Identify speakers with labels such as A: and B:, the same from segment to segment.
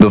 A: The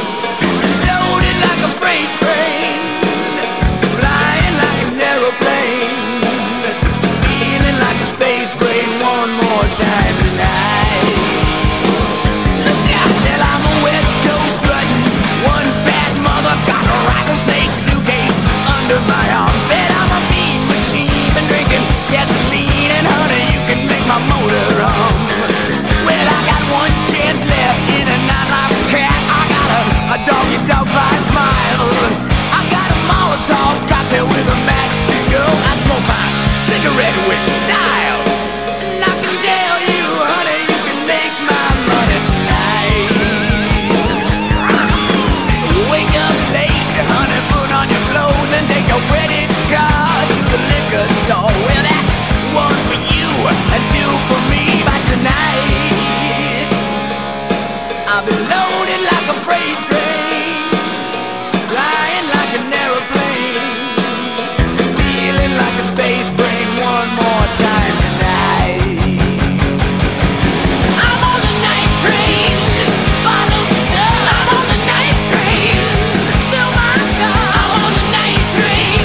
B: Loaded like a freight train, flying like an aeroplane, feeling like a space brain one more time tonight. Look out, that I'm a West Coast glutton. One bad mother got a rattlesnake suitcase under my arm. Said I'm a mean machine, been drinking gasoline and honey. You can make my motor hum. Well, I got one chance left in a nightlife cat. I got a, a doggy dog fight smile. I got a Molotov cocktail with a match to go. I smoke my cigarette with style. And I can tell you, honey, you can make my money tonight. Wake up late, honey, put on your clothes and take your credit card to the liquor store. Well, that's one for you and two for me. But tonight, I've been loaded like a freight train, flying like an aeroplane, feeling like a space brain one more time tonight. I'm on the night train. Follow the sun. I'm on the night train. Fill my car. I'm on the night train.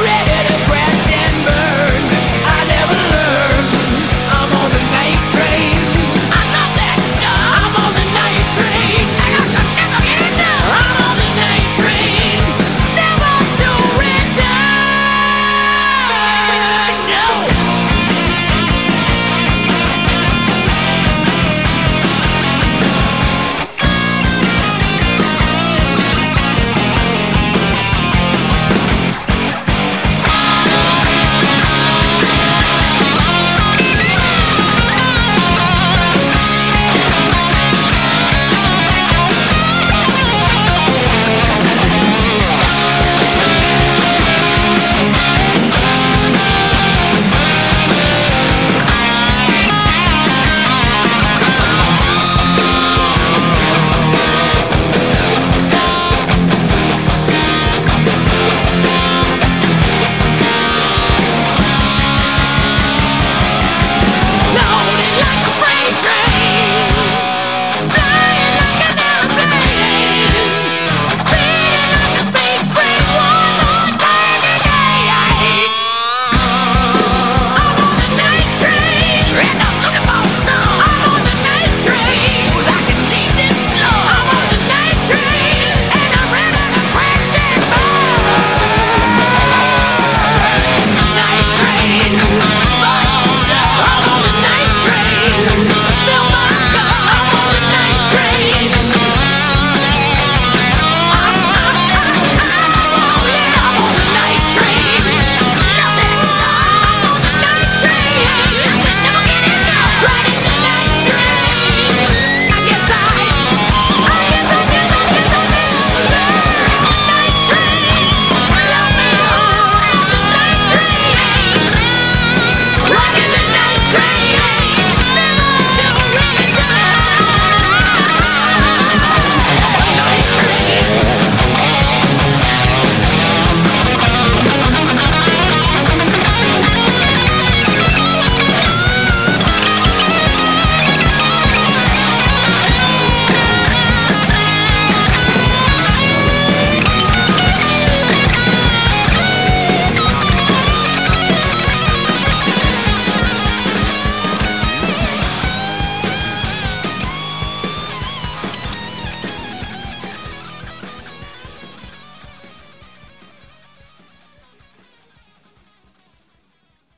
B: Ready to crash and burn. I never learn. I'm on the night train. I love that stuff. I'm on the night train. And I can never get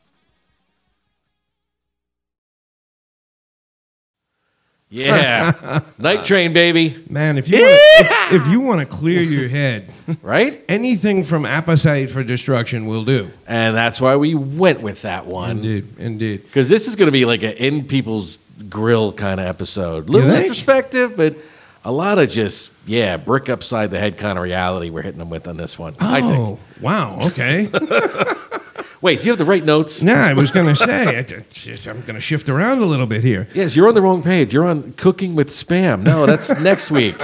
C: Yeah. Night train, baby.
D: Man, if you wanna, if, if you want to clear your head,
C: Right?
D: anything from appetite for destruction will do.
C: And that's why we went with that one.
D: Indeed, indeed.
C: Because this is going to be like an in people's grill kind of episode. A
D: You
C: little
D: think?
C: introspective, but a lot of just, yeah, brick upside the head kind of reality we're hitting them with on this one. I think.
D: Oh, wow. Okay.
C: Wait, do you have the right notes?
D: now I was gonna say, I, did- shit, I'm gonna shift around a little bit here.
C: Yes, you're on the wrong page. You're on cooking with spam. No, that's next week.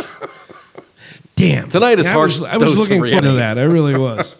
D: Damn.
C: Tonight is
D: I
C: harsh
D: was, I was
C: dose of
D: looking forward to
C: reality.
D: that. I really was.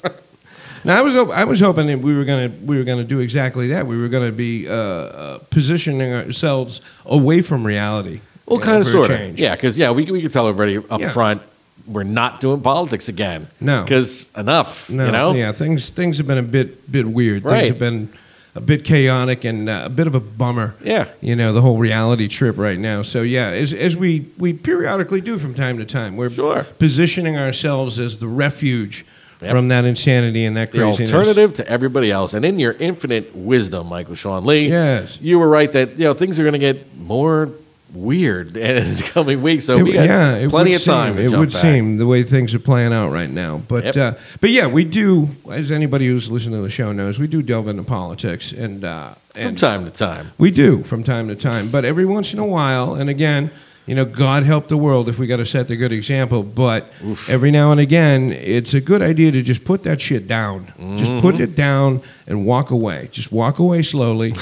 D: now I was hop- I was hoping that we were gonna we were gonna do exactly that. We were gonna be uh, uh, positioning ourselves away from reality.
C: Well,
D: you know,
C: kind of
D: for a
C: sort of.
D: change.
C: Yeah, because yeah, we we can tell everybody up
D: Yeah.
C: front we're not doing politics again.
D: No.
C: because enough.
D: No,
C: you know.
D: yeah, things things have been a bit bit weird.
C: Right.
D: Things have been a bit chaotic and uh, a bit of a bummer.
C: Yeah.
D: you know the whole reality trip right now. So yeah, as as we we periodically do from time to time, we're
C: Sure.
D: positioning ourselves as the refuge
C: Yep.
D: from that insanity and that
C: The
D: craziness.
C: alternative to everybody else, and in your infinite wisdom, Michael Sean Lee,
D: Yes.
C: you were right that you know things are going to get more weird in the coming weeks. So
D: It-
C: we got
D: yeah, it
C: plenty
D: would
C: of time.
D: Seem,
C: to
D: it
C: jump
D: would
C: back.
D: seem the way things are playing out right now. But
C: Yep.
D: uh, but yeah, we do. As anybody who's listened to the show knows, we do delve into politics and uh,
C: from
D: and
C: time to time.
D: We do from time to time, but every once in a while, and again, you know, God help the world if we got to set the good example. But every now and again, it's a good idea to just put that shit down. Just
C: Mm-hmm.
D: put it down and walk away. Just walk away slowly,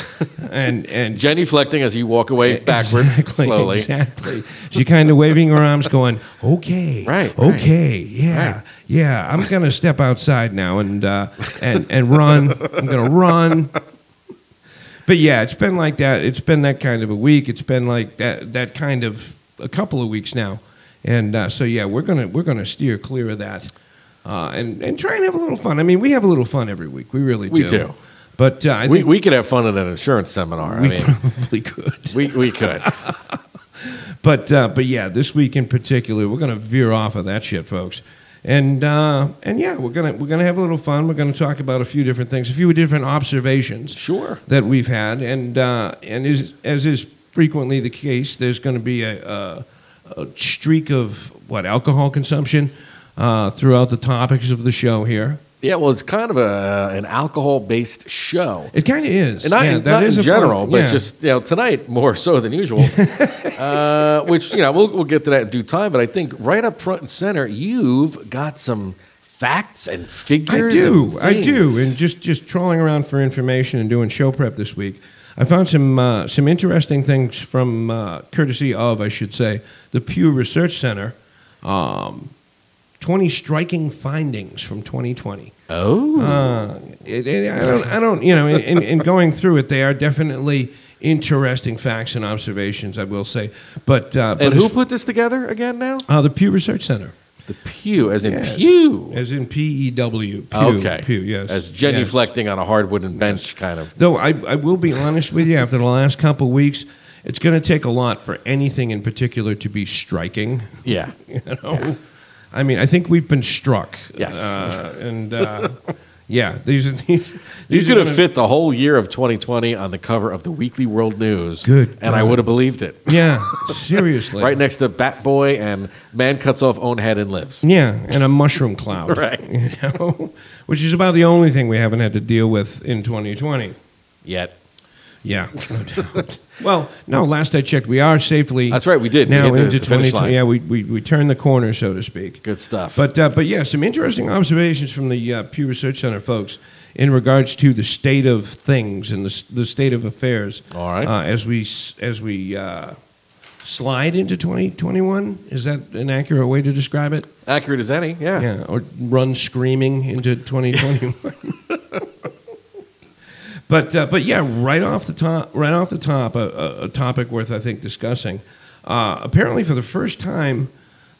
D: and and E-,
C: Jenny flecting as you walk away backwards
D: Exactly,
C: slowly.
D: Exactly. She kind of waving her arms, going, "Okay,
C: Right, right.
D: okay, yeah,
C: Right.
D: yeah." I'm gonna step outside now and uh, and and run. I'm gonna run. But yeah, it's been like that. It's been that kind of a week. It's been like that that kind of a couple of weeks now, and uh, so yeah, we're gonna we're gonna steer clear of that, uh, and and try and have a little fun. I mean, we have a little fun every week. We really
C: We
D: do.
C: do.
D: But uh, I
C: We,
D: think
C: we could have fun at an insurance seminar. I
D: we
C: mean,
D: probably could.
C: we, we could.
D: But uh, but yeah, this week in particular, we're gonna veer off of that shit, folks. And uh, and yeah, we're gonna we're gonna have a little fun. We're gonna talk about a few different things, a few different observations
C: Sure.
D: that we've had, and uh, and is, as is frequently the case, there's going to be a, a, a streak of what alcohol consumption uh, throughout the topics of the show here.
C: Yeah, well, it's kind of a an alcohol based show.
D: It kind of is,
C: And not,
D: Yeah,
C: in-
D: that
C: not
D: is
C: in
D: a fun-
C: general, but
D: yeah.
C: just you know, tonight more so than usual. uh, which you know we'll we'll get to that in due time. But I think right up front and center, you've got some facts and
D: I
C: figures.
D: do,
C: and
D: I do,
C: things.
D: and just just trawling around for information and doing show prep this week, I found some uh, some interesting things from uh, courtesy of, I should say, the Pew Research Center. Um, 20 striking findings from 2020.
C: oh,
D: Uh, it, it, I, don't, I don't, you know, in, in, in going through it, they are definitely interesting facts and observations, I will say. But, uh, but
C: and
D: as-
C: who put this together again? Now
D: uh, the Pew Research Center.
C: the Pew, as in
D: Yes.
C: Pew.
D: As in P E W. Pew.
C: okay,
D: Pew, yes.
C: as
D: yes.
C: genuflecting on a hard wooden bench, kind of.
D: Though I, I will be honest with you, after the last couple weeks, it's going to take a lot for anything in particular to be striking.
C: Yeah,
D: You know? I mean, I think we've been struck.
C: Yes.
D: Uh, and uh, yeah, these are these.
C: you
D: these are
C: could have
D: gonna-
C: fit the whole year of 2020 on the cover of the Weekly World News.
D: Good
C: and I
D: God.
C: would have believed it.
D: Yeah, seriously.
C: Right next to Bat Boy and Man Cuts Off Own Head and Lives.
D: Yeah, and a mushroom cloud.
C: Right.
D: You know? Which is about the only thing we haven't had to deal with in 2020.
C: Yet.
D: Yeah. well, no, last I checked, we are safely.
C: That's right, we did. We
D: Now
C: hit the-
D: into
C: the finish
D: 2020.
C: line.
D: Yeah, we, we, we turned the corner, so to speak.
C: Good stuff.
D: But, uh, but yeah, some interesting observations from the uh, Pew Research Center folks in regards to the state of things and the, s- the state of affairs.
C: All right.
D: Uh, as we, s- as we uh, slide into 2021. Is that an accurate way to describe it?
C: accurate as any, yeah.
D: Yeah, or run screaming into 2021. but uh, but yeah, right off the top, right off the top, a, a, a topic worth I think discussing. Uh, apparently, for the first time,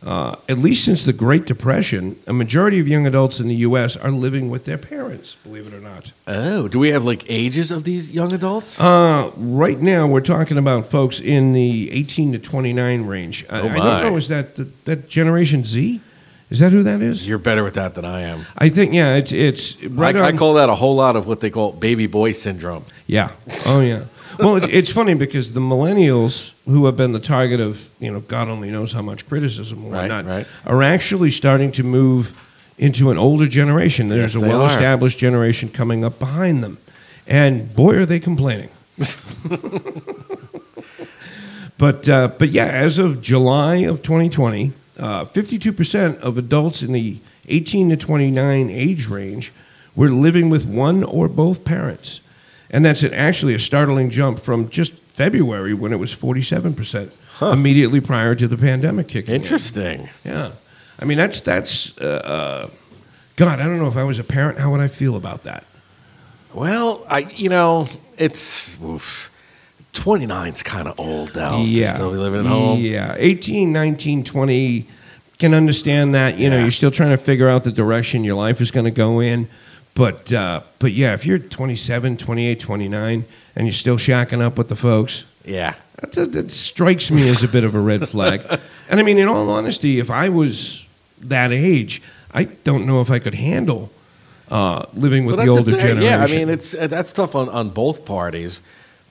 D: uh, at least since the Great Depression, a majority of young adults in the U.S. are living with their parents. Believe it or not.
C: Oh, do we have like ages of these young adults?
D: Uh, right now, we're talking about folks in the 18 to 29 range. I,
C: Oh,
D: I
C: my.
D: don't know. Is that the, that Generation Z? Is that who that is?
C: You're better with that than I am.
D: I think yeah. It's it's right
C: I, I
D: on-
C: call that a whole lot of what they call baby boy syndrome.
D: Yeah. Oh yeah. well, it's, it's funny because the millennials who have been the target of you know God only knows how much criticism or
C: Right,
D: whatnot
C: right.
D: are actually starting to move into an older generation. There's
C: Yes,
D: a
C: they are.
D: well-established generation coming up behind them, and boy, are they complaining. but uh, but yeah, as of July of 2020, uh, 52% of adults in the 18 to 29 age range were living with one or both parents, and that's an, actually a startling jump from just February when it was 47% immediately prior to the pandemic kicking in.
C: Interesting.
D: Yeah, I mean that's that's. Uh, uh, God, I don't know if I was a parent, how would I feel about that?
C: Well, I you know it's oof, 29's kind of old now. to still be living at home.
D: Yeah, 18, 19, 20 can understand that. You know,
C: Yeah.
D: you're still trying to figure out the direction your life is going to go in. But uh, but yeah, if you're 27, 28, 29, and you're still shacking up with the folks,
C: Yeah,
D: that, that, that strikes me as a bit of a red flag. And I mean, in all honesty, if I was that age, I don't know if I could handle uh, living with
C: Well,
D: the
C: that's
D: older
C: thing.
D: generation.
C: Yeah, I mean it's uh, that's tough on, on both parties,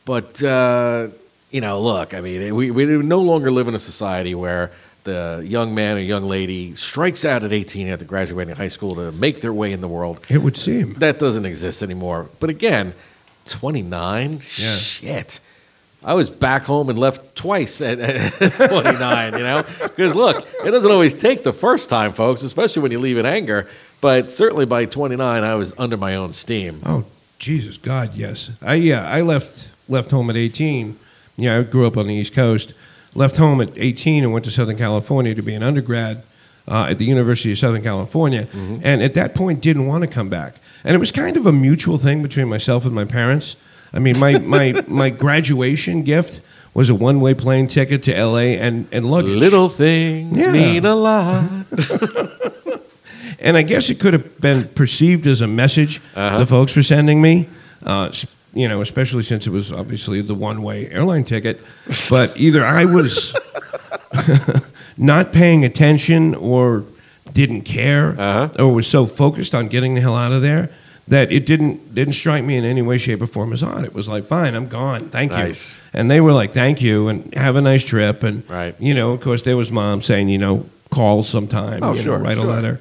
C: but uh, you know, look, I mean, we we no longer live in a society where the young man or young lady strikes out at 18 after graduating high school to make their way in the world.
D: It would seem.
C: That doesn't exist anymore. But again, 29? Shit. I was back home and left twice at, at 29, you know? Because look, it doesn't always take the first time, folks, especially when you leave in anger. But certainly by 29, I was under my own steam.
D: Oh, Jesus God, yes. I yeah, I left left home at 18. Yeah, I grew up on the East Coast. Left home at 18 and went to Southern California to be an undergrad uh, at the University of Southern California.
C: Mm-hmm.
D: And at that point, didn't want to come back. And it was kind of a mutual thing between myself and my parents. I mean, my my, my graduation gift was a one way plane ticket to L.A. and and luggage.
C: Little things
D: Yeah.
C: mean a lot.
D: And I guess it could have been perceived as a message
C: Uh-huh.
D: the folks were sending me, uh, s- you know, especially since it was obviously the one way airline ticket. But either I was not paying attention or didn't care
C: Uh-huh.
D: or was so focused on getting the hell out of there that it didn't didn't strike me in any way shape or form as odd it was like fine i'm gone thank
C: Nice.
D: you and they were like thank you and have a nice trip and
C: Right.
D: you know of course there was mom saying you know call sometime
C: Oh,
D: you know,
C: sure,
D: write
C: sure.
D: a letter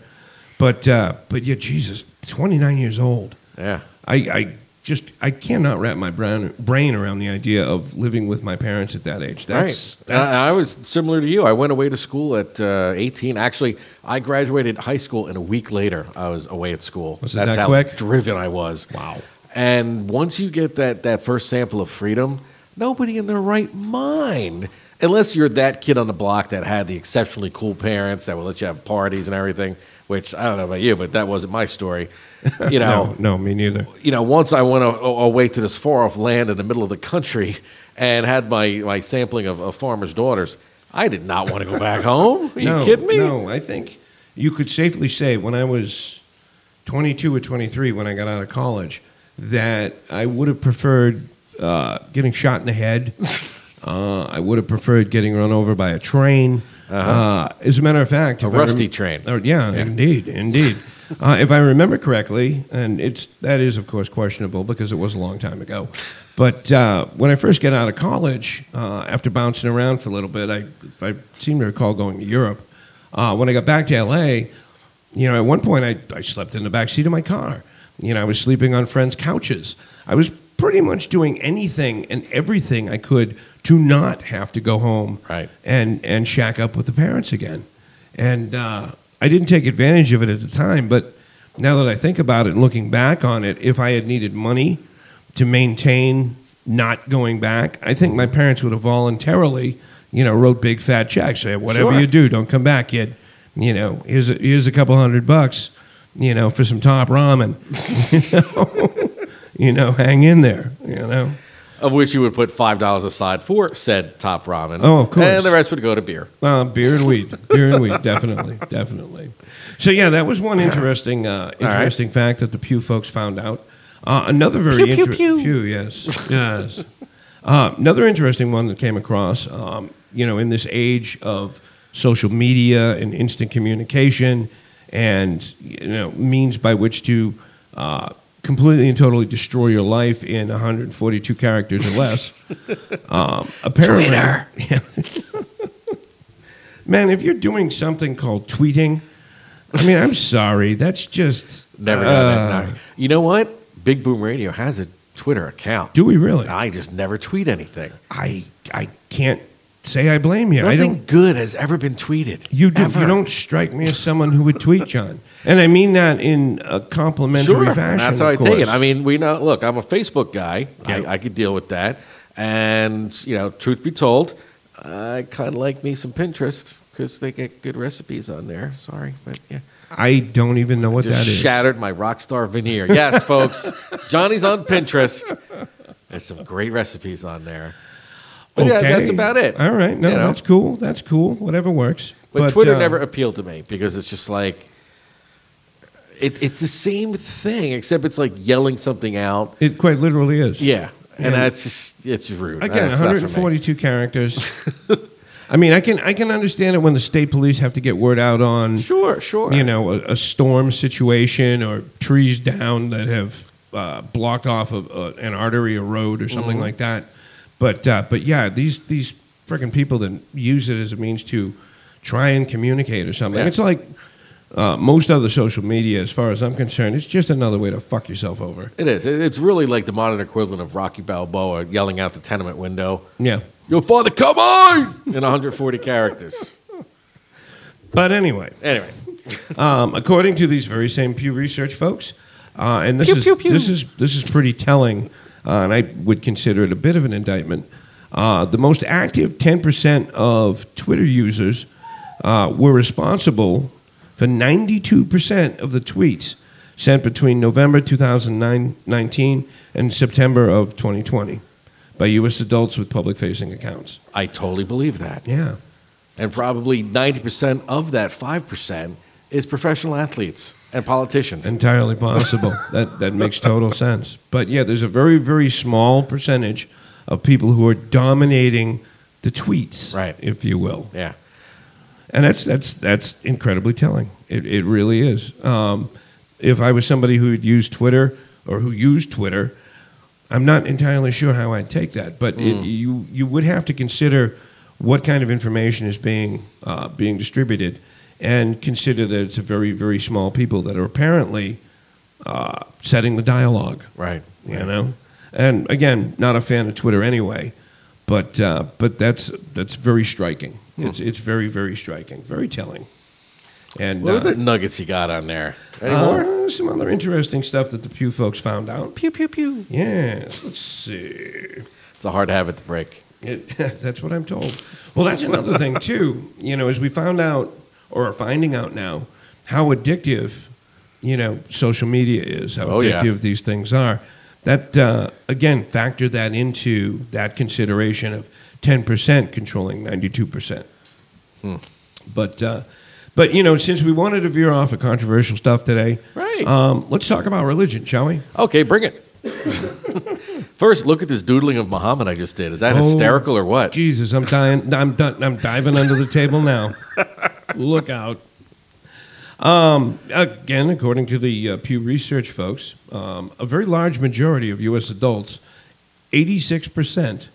D: but uh, but yeah, Jesus, 29 years old.
C: Yeah.
D: I, I just I cannot wrap my brain brain around the idea of living with my parents at that age. That's,
C: right. And I-
D: that's
C: I was similar to you. I went away to school at uh, 18. Actually, I graduated high school, and a week later, I was away at school.
D: Was it
C: That's
D: that
C: how
D: quick?
C: driven I was. Wow. And once you get that, that first sample of freedom, nobody in their right mind, unless you're that kid on the block that had the exceptionally cool parents that would let you have parties and everything, which I don't know about you, but that wasn't my story. You know,
D: no, no, me neither.
C: you know, once I went a- a- away to this far off land in the middle of the country and had my, my sampling of, of farmers' daughters, I did not want to go back home. Are you
D: no,
C: kidding me?
D: No, I think you could safely say when I was 22 or 23 when I got out of college that I would have preferred uh, getting shot in the head. Uh, I would have preferred getting run over by a train. uh as a matter of fact,
C: Uh-huh. A
D: if I rem-
C: rusty train.
D: Oh, yeah, indeed, indeed. uh, if I remember correctly, and it's that is of course questionable because it was a long time ago. But uh, when I first got out of college, uh, after bouncing around for a little bit, I, if I seem to recall going to Europe. Uh, when I got back to LA, you know, at one point I, I slept in the back seat of my car. You know, I was sleeping on friends' couches. I was pretty much doing anything and everything I could to not have to go home
C: Right.
D: and and shack up with the parents again. And uh, I didn't take advantage of it at the time, but now that I think about it and looking back on it, if I had needed money to maintain not going back, I think my parents would have voluntarily, you know, wrote big fat checks. Say, whatever
C: Sure.
D: you do, don't come back, kid. You know, here's a, here's a couple hundred bucks, you know, for some top ramen. you know, hang in there, you know.
C: Of which you would put $5 aside for said top ramen.
D: Oh, of course.
C: And the rest would go to beer.
D: Uh, beer and weed, beer and weed, definitely, definitely. So yeah, that was one interesting, uh,
C: right.
D: interesting fact that the Pew folks found out. Uh, another very interesting Pew, yes, yes. Uh, another interesting one that came across, um, you know, in this age of social media and instant communication, and you know means by which to uh, completely and totally destroy your life in 142 characters or less. um, apparently,
C: Twitter.
D: Yeah. man, if you're doing something called tweeting, I mean, I'm sorry, that's just uh,
C: Never done that. No. You know what? Big Boom Radio has a Twitter account.
D: Do we really?
C: I just never tweet anything.
D: I I can't say I blame you. I
C: Nothing
D: don't.
C: good has ever been tweeted.
D: You do.
C: Ever.
D: You don't strike me as someone who would tweet, John, and I mean that in a complimentary
C: Sure,
D: fashion.
C: that's
D: of
C: how I take it.
D: course.
C: I mean, we know. Look, I'm a Facebook guy.
D: Yeah.
C: I, I could deal with that. And you know, truth be told, I kind of like me some Pinterest because they get good recipes on there. Sorry, but yeah.
D: I don't even know what
C: just
D: that is.
C: shattered my rock star veneer. Yes, folks, Johnny's on Pinterest. There's some great recipes on there. But yeah, that's about it.
D: All right, no,
C: You know?
D: that's cool. That's cool. Whatever works.
C: But, Twitter
D: uh,
C: never appealed to me because it's just like it, it's the same thing, except it's like yelling something out.
D: It quite literally is.
C: Yeah, and
D: Yeah.
C: that's just it's rude.
D: Again,
C: That's not for me.
D: 142 characters. I mean, I can I can understand it when the state police have to get word out on
C: Sure, sure.
D: you know a, a storm situation or trees down that have uh, blocked off of uh, an artery, a road, or
C: Mm-hmm.
D: something like that. But uh, but yeah, these these freaking people that use it as a means to try and communicate or something.
C: Yeah.
D: It's like uh, most other social media, as far as I'm concerned, it's just another way to fuck yourself over.
C: it is. It- It's really like the modern equivalent of Rocky Balboa yelling out the tenement window.
D: Yeah.
C: Your father, come on! In 140 characters.
D: But anyway,
C: Anyway,
D: um, according to these very same Pew Research folks, uh, and this
C: Pew,
D: is
C: pew, pew.
D: this is this is pretty telling, uh, and I would consider it a bit of an indictment. Uh, the most active 10% of Twitter users uh, were responsible for 92% of the tweets sent between November 2019 and September of 2020 by U.S. adults with public-facing accounts.
C: I totally believe that.
D: Yeah.
C: And probably 90% of that 5% is professional athletes and politicians.
D: Entirely possible. that that makes total sense. But yeah, there's a very very small percentage of people who are dominating the tweets,
C: Right.
D: if you will.
C: yeah.
D: And that's that's that's incredibly telling. It it really is. Um, if I was somebody who had used Twitter or who used Twitter, I'm not entirely sure how I'd take that. But
C: Mm.
D: it, you you would have to consider what kind of information is being uh, being distributed, and consider that it's a very very small people that are apparently uh, setting the dialogue
C: Right.
D: you know. And again, not a fan of Twitter anyway, but uh, but that's that's very striking.
C: Hmm.
D: It's it's very very striking, very telling. And
C: What
D: uh,
C: other nuggets you got on there? Any more?
D: uh, some other interesting stuff that the Pew folks found out.
C: Pew, pew, pew.
D: Yes, let's see.
C: It's a hard habit to break.
D: It, that's what I'm told. Well, that's another thing too. You know, as we found out or are finding out now, how addictive, you know, social media is. How
C: Oh, yeah.
D: addictive these things are. That uh, again, factor that into that consideration of 10% controlling 92%.
C: Hmm.
D: But uh, but you know, since we wanted to veer off of controversial stuff today,
C: Right.
D: Um, let's talk about religion, shall we?
C: Okay, bring it. First, look at this doodling of Muhammad I just did. Is that
D: Oh,
C: hysterical or what?
D: Jesus, I'm dying. I'm done. I'm diving under the table now. Look out. Um, again, according to the uh, Pew Research folks, um, a very large majority of U.S. adults, 86%,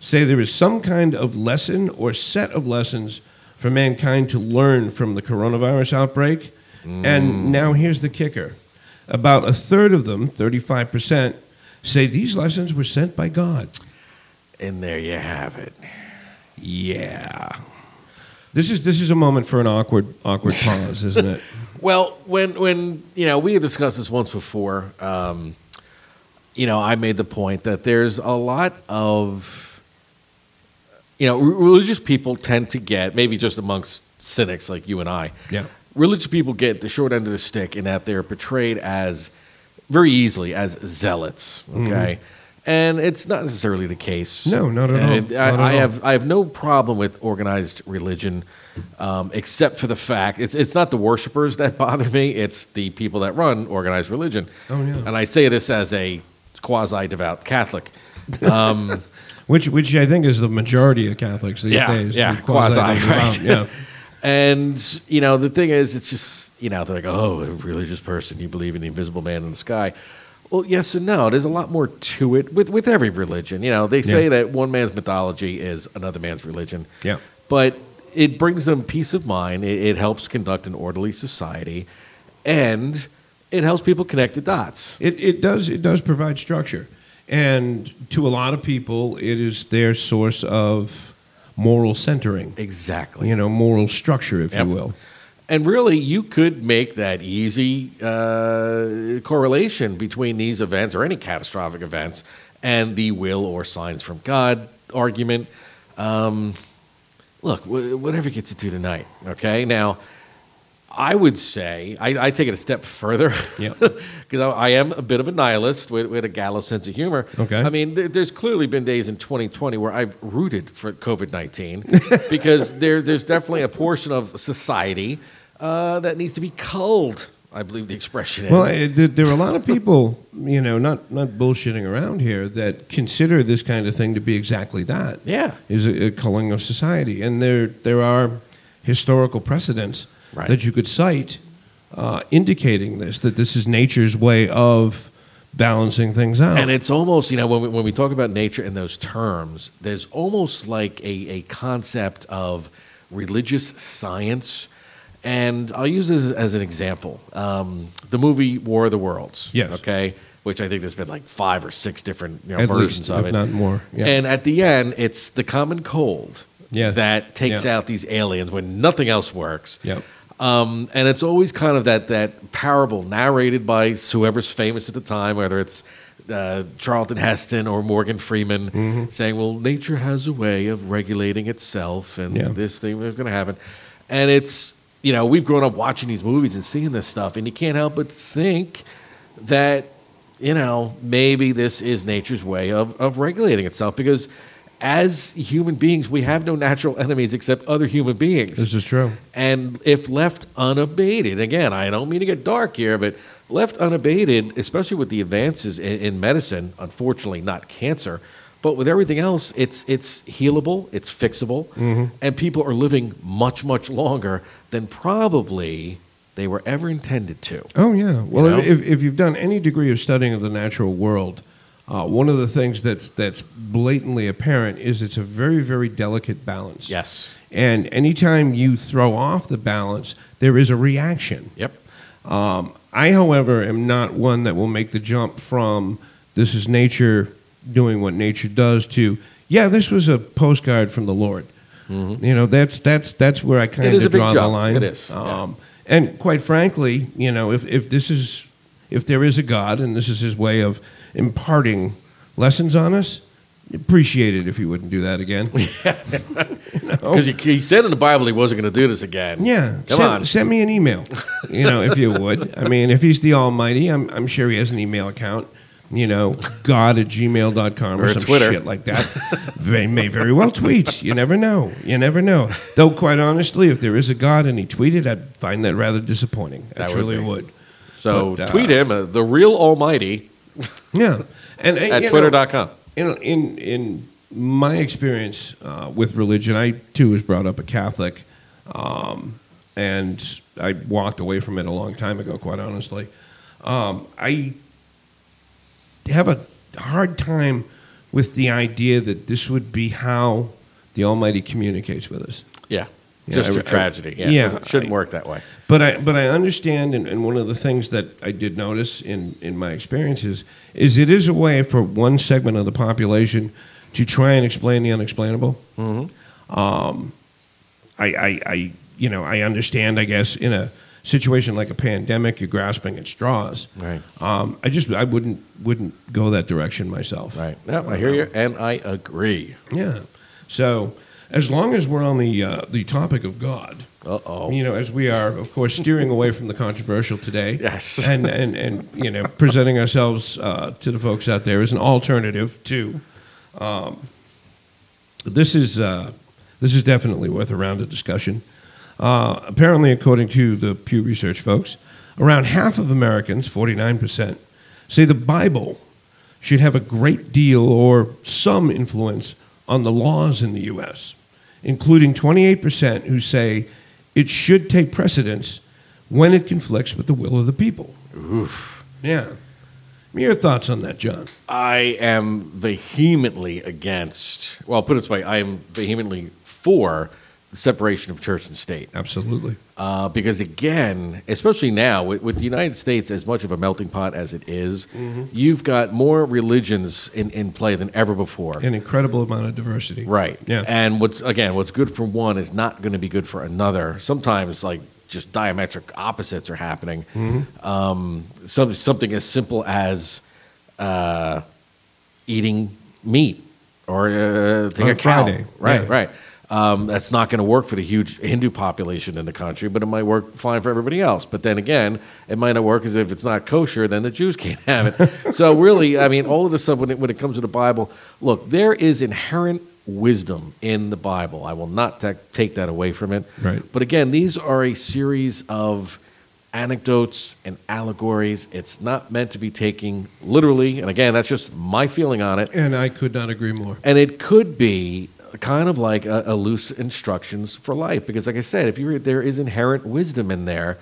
D: say there is some kind of lesson or set of lessons for mankind to learn from the coronavirus outbreak.
C: Mm.
D: And now here's the kicker about a third of them, 35%, say these lessons were sent by God.
C: And there you have it.
D: Yeah. This is this is a moment for an awkward awkward pause, isn't it?
C: Well, when when you know we had discussed this once before, um, you know I made the point that there's a lot of you know re- religious people tend to get maybe just amongst cynics like you and I.
D: Yeah.
C: religious people get the short end of the stick in that they're portrayed as very easily as zealots. Okay. And it's not necessarily the case.
D: Mm-hmm. No, not at
C: And
D: all.
C: I,
D: Not at
C: I
D: all.
C: have I have no problem with organized religion, um, except for the fact it's it's not the worshipers that bother me; it's the people that run organized religion.
D: Oh, yeah.
C: And I say this as a quasi devout Catholic. Um,
D: Which which I think is the majority of Catholics these
C: Yeah,
D: days.
C: yeah,
D: the quasi-
C: quasi, right.
D: Yeah.
C: And you know the thing is, it's just you know they're like, oh, a religious person, you believe in the invisible man in the sky. Well, yes and no. There's a lot more to it with with every religion. You know, they say
D: Yeah.
C: that one man's mythology is another man's religion.
D: Yeah.
C: But it brings them peace of mind. It, it helps conduct an orderly society, and it helps people connect the dots.
D: It, it does it does provide structure, and to a lot of people, it is their source of moral centering.
C: Exactly.
D: You know, moral structure, if
C: Yep.
D: you will.
C: And really, you could make that easy uh, correlation between these events or any catastrophic events and the will or signs from God argument. Um, look, wh- whatever gets you through the night, okay? Now, I would say, I, I take it a step further
D: Yep.
C: because I, I am a bit of a nihilist with, with a gallows sense of humor.
D: Okay.
C: I mean, there, there's clearly been days in 2020 where I've rooted for COVID 19 because there, there's definitely a portion of society uh, that needs to be culled, I believe the expression is.
D: Well, I, there, there are a lot of people, you know, not not bullshitting around here, that consider this kind of thing to be exactly that.
C: yeah.
D: is a, a culling of society, and there there are historical precedents
C: Right.
D: that you could cite uh, indicating this that this is nature's way of balancing things out.
C: And it's almost, you know, when we, when we talk about nature in those terms, there's almost like a, a concept of religious science. And I'll use this as an example. Um, the movie War of the Worlds.
D: Yes.
C: Okay. Which I think there's been like five or six different you know,
D: At
C: versions
D: least,
C: of
D: if
C: it.
D: not more. Yeah.
C: And at the end, it's the common cold
D: Yeah.
C: that takes
D: Yeah.
C: out these aliens when nothing else works.
D: Yep.
C: Um, and it's always kind of that that parable narrated by whoever's famous at the time, whether it's uh, Charlton Heston or Morgan Freeman, saying, "Well, nature has a way of regulating itself, and
D: Yeah.
C: this thing is going to happen." And it's you know we've grown up watching these movies and seeing this stuff, and you can't help but think that you know maybe this is nature's way of of regulating itself because. As human beings, we have no natural enemies except other human beings.
D: this is true.
C: And if left unabated, again, I don't mean to get dark here, but left unabated, especially with the advances in, in medicine, unfortunately not cancer, but with everything else, it's it's healable, it's fixable,
D: Mm-hmm.
C: and people are living much much longer than probably they were ever intended to.
D: Oh yeah. Well,
C: You know?
D: if, if you've done any degree of studying of the natural world, uh, one of the things that's that's blatantly apparent is it's a very very delicate balance.
C: Yes.
D: And anytime you throw off the balance, there is a reaction.
C: Yep.
D: Um, I, however, am not one that will make the jump from this is nature doing what nature does to yeah, this was a postcard from the Lord. You know, that's that's that's where I kind
C: is a
D: of
C: big
D: draw the
C: jump.
D: line.
C: Mm-hmm. It is, yeah.
D: Um, And quite frankly, you know, if if this is if there is a God and this is His way of imparting lessons on us, appreciate it if you wouldn't do that again.
C: Because he, he said in the Bible he wasn't going to do this again.
D: Yeah,
C: Come
D: send,
C: on.
D: send me an email, you know, if you would. I mean, if he's the Almighty, I'm, I'm sure he has an email account, you know, god at gmail.com or,
C: Or
D: some
C: Twitter.
D: shit like that. they may very well tweet. You never know. You never know. Though, quite honestly, if there is a God and he tweeted, I'd find that rather disappointing. I
C: That would
D: truly
C: be.
D: would.
C: So
D: But, uh,
C: tweet him, uh, the real Almighty,
D: Yeah. And, uh,
C: at
D: Twitter.
C: twitter.com.
D: in in in my experience uh, with religion, I too was brought up a Catholic, um, and I walked away from it a long time ago. Quite honestly, um, I have a hard time with the idea that this would be how the Almighty communicates with us.
C: Yeah.
D: Yeah,
C: Just
D: I-
C: for
D: I-
C: tragedy. Yeah.
D: yeah,
C: Doesn't- shouldn't
D: I-
C: work that way.
D: But I but I understand, and, and one of the things that I did notice in in my experiences is it is a way for one segment of the population to try and explain the unexplainable.
C: Mm-hmm.
D: Um, I, I I you know I understand. I guess in a situation like a pandemic, you're grasping at straws.
C: Right.
D: Um, I just I wouldn't wouldn't go that direction myself. Um,
C: Right. Yep, I hear you, and I agree.
D: Yeah. So as long as we're on the uh, the topic of God.
C: Uh oh.
D: You know, as we are, of course, steering away from the controversial today.
C: Yes.
D: And, and, and you know, presenting ourselves uh, to the folks out there as an alternative to. Um, this, is, uh, this is definitely worth a round of discussion. Uh, apparently, according to the Pew Research folks, around half of Americans, 49%, say the Bible should have a great deal or some influence on the laws in the U.S., including 28% who say it should take precedence when it conflicts with the will of the people. Oof. Yeah. Your thoughts on that, John?
C: I am vehemently against, well, put it this way, I am vehemently for the separation of church and state.
D: Absolutely.
C: Uh, because again, especially now with, with the United States as much of a melting pot as it is,
D: Mm-hmm.
C: you've got more religions in, in play than ever before.
D: An incredible amount of diversity.
C: Right.
D: Yeah.
C: And what's again, what's good for one is not going to be good for another. Sometimes like just diametric opposites are happening.
D: Mm-hmm.
C: Um, some, something as simple as uh, eating meat or uh, take
D: On
C: a cow.
D: Friday.
C: Right.
D: Yeah.
C: Right. Um, that's not going to work for the huge Hindu population in the country, but it might work fine for everybody else. But then again, it might not work because if it's not kosher, then the Jews can't have it. so really, I mean, all of this stuff when it, when it comes to the Bible, look, there is inherent wisdom in the Bible. I will not ta- take that away from it.
D: Right.
C: But again, these are a series of anecdotes and allegories. It's not meant to be taken literally. And again, that's just my feeling on it.
D: And I could not agree more.
C: And it could be kind of like a, a loose instructions for life because, like I said, if you read, there is inherent wisdom in there,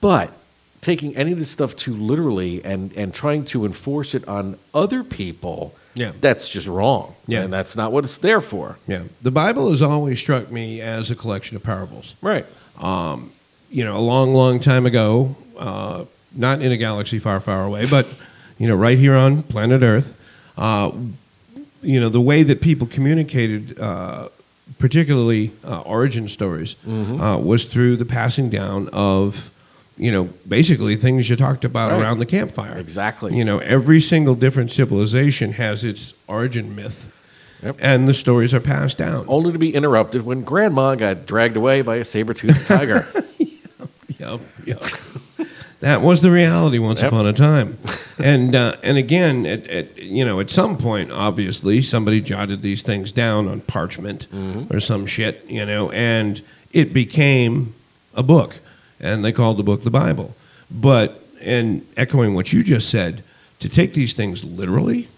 C: but taking any of this stuff too literally and and trying to enforce it on other people,
D: Yeah.
C: that's just wrong.
D: Yeah.
C: and that's not what it's there for.
D: Yeah. The Bible has always struck me as a collection of parables.
C: Right.
D: um, you know, a long, long time ago, uh, not in a galaxy far, far away, but, you know, right here on planet Earth, uh, you know, the way that people communicated, uh, particularly uh, origin stories, uh,
C: Mm-hmm.
D: was through the passing down of, you know, basically things you talked about
C: Right.
D: around the campfire.
C: Exactly.
D: You know, every single different civilization has its origin myth.
C: Yep.
D: And the stories are passed down.
C: Only to be interrupted when Grandma got dragged away by a saber-toothed tiger.
D: Yep, yep. that was the reality once
C: Yep.
D: upon a time, and uh, and again, at, at you know, at some point, obviously, somebody jotted these things down on parchment
C: Mm-hmm.
D: or some shit, you know, and it became a book, and they called the book the Bible. But and echoing what you just said, to take these things literally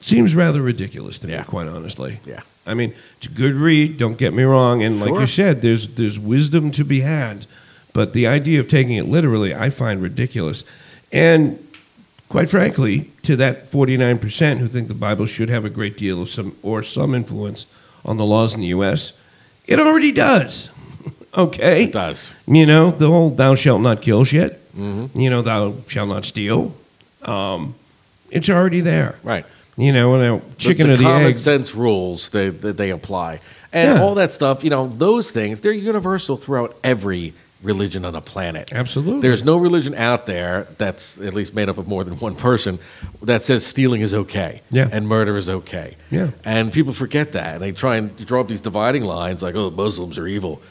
D: seems rather ridiculous to me,
C: Yeah.
D: quite honestly.
C: Yeah.
D: I mean, it's a good read. Don't get me wrong. And like you
C: Sure.
D: said, there's there's wisdom to be had, but the idea of taking it literally, I find ridiculous. And quite frankly, to that 49 percent who think the Bible should have a great deal of some or some influence on the laws in the U.S., it already does. okay,
C: it does. Mm-hmm.
D: you know, the whole thou shalt not kill shit, you know, thou shalt not steal. Um, it's already there.
C: Right.
D: You know, and the chicken
C: the,
D: or the
C: common
D: egg.
C: sense rules that, that they apply and
D: Yeah.
C: all that stuff you know those things they're universal throughout every religion on the planet
D: Absolutely.
C: there's no religion out there that's at least made up of more than one person that says stealing is okay
D: Yeah.
C: and murder is okay
D: Yeah.
C: and people forget that and they try and draw up these dividing lines like oh muslims are evil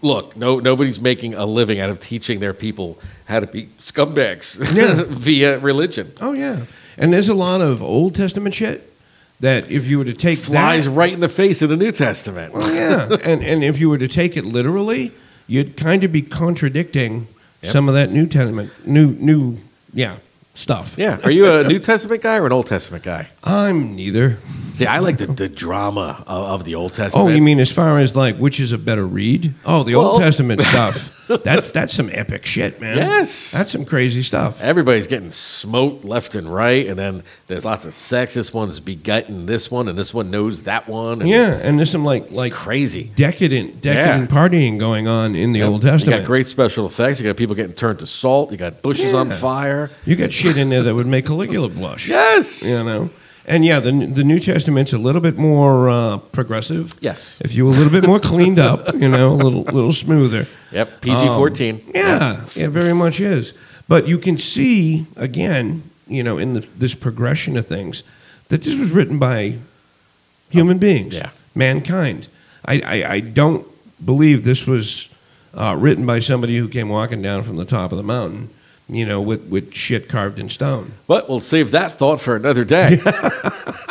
C: look no nobody's making a living out of teaching their people how to be scumbags
D: Yeah.
C: via religion
D: oh yeah, and there's a lot of Old Testament shit that if you were to take
C: flies
D: that,
C: right in the face of the new testament
D: well, yeah, and and if you were to take it literally, you'd kind of be contradicting
C: Yep.
D: some of that New Testament, new new yeah stuff.
C: Yeah. Are you a New Testament guy or an Old Testament guy?
D: I'm neither.
C: See, I like the, the drama of, of the Old Testament.
D: Oh, you mean as far as like which is a better read? Oh, the
C: Well-
D: Old Testament stuff. That's that's some epic shit, man.
C: Yes.
D: that's some crazy stuff.
C: Everybody's getting smote left and right, and then there's lots of sex. This one's begotten this one, and this one knows that one. and
D: Yeah, and there's some like
C: It's
D: like
C: crazy.
D: decadent decadent partying going on in the Old Testament.
C: You got great special effects. You got people getting turned to salt. You got bushes on
D: Yeah.
C: fire.
D: You got shit in there that would make Caligula blush.
C: Yes.
D: You know? And yeah, the, the New Testament's a little bit more uh, progressive.
C: Yes.
D: If you were a little bit more cleaned up, you know, a little, little smoother.
C: Yep. PG 14.
D: Um, yeah, it very much is. But you can see, again, you know, in the, this progression of things, that this was written by human beings,
C: Um, yeah.
D: mankind. I, I, I don't believe this was uh, written by somebody who came walking down from the top of the mountain, you know, with, with shit carved in stone.
C: But we'll save that thought for another day.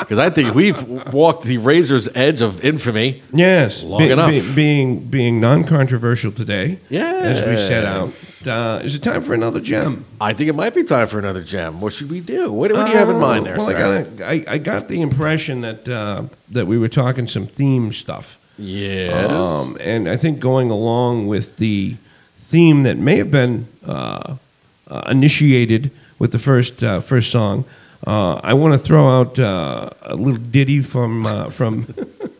C: Because I think we've walked the razor's edge of infamy.
D: Yes,
C: Long enough.
D: being being non-controversial today. as we set
C: Yes.
D: out. Uh, is it time for another gem?
C: I think it might be time for another gem. What should we do? What, what do you have in
D: Uh,
C: mind there,
D: Well,
C: sir?
D: I got I, I got the impression that uh, that we were talking some theme stuff.
C: Yes.
D: Um, and I think going along with the theme that may have been uh, uh, initiated with the first uh, first song. Uh, I want to throw out uh, a little ditty from uh, from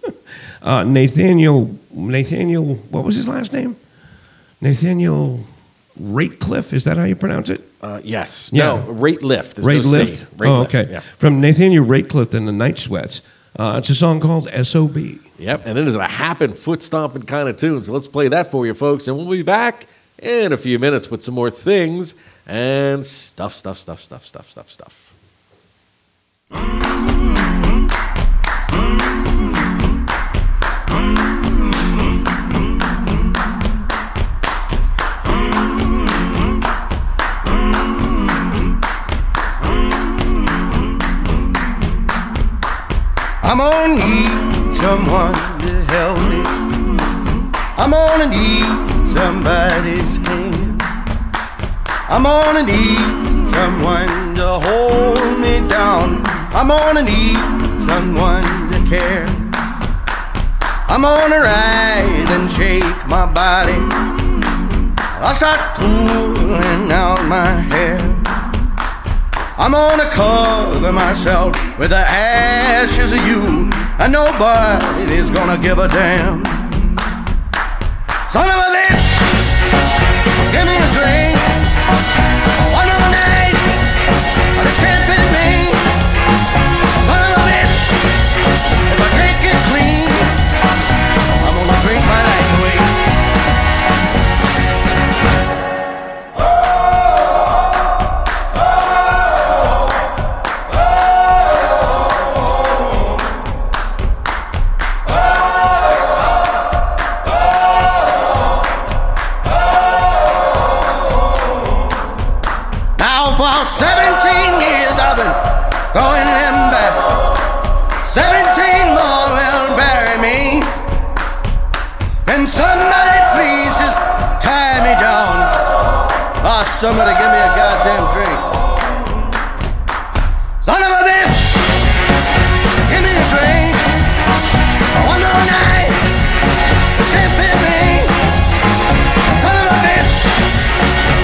D: uh, Nathaniel Nathaniel. What was his last name? Nathaniel Ratcliffe. Is that how you pronounce it?
C: Uh, yes.
D: Yeah.
C: No, rate lift. There's
D: Rate
C: no C.
D: Lift.
C: Rate
D: oh,
C: lift,
D: okay.
C: yeah.
D: From Nathaniel Ratcliffe and the Night Sweats. Uh, it's a song called "S.O.B."
C: Yep. And it is a happen, foot stomping kind of tune. So let's play that for you, folks. And we'll be back in a few minutes with some more things and stuff, stuff, stuff, stuff, stuff, stuff, stuff.
B: I'm gonna need someone to help me. I'm gonna need somebody's hand. I'm gonna need someone to hold me down. I'm gonna need someone to care. I'm gonna ride and shake my body. I'll start pulling out my hair. I'm gonna cover myself with the ashes of you, and nobody's gonna give a damn. Son of a bitch, give me a drink. One more night, but it's camping me. Son of a bitch, if I drink it clean, I'm gonna drink my life away. Now for 17 years I've been going in back. 17 more will bury me. And somebody please just tie me down. Ah, somebody give me a goddamn drink. Son of a bitch! Give me a drink. One more night. It's hippie me. Son of a bitch!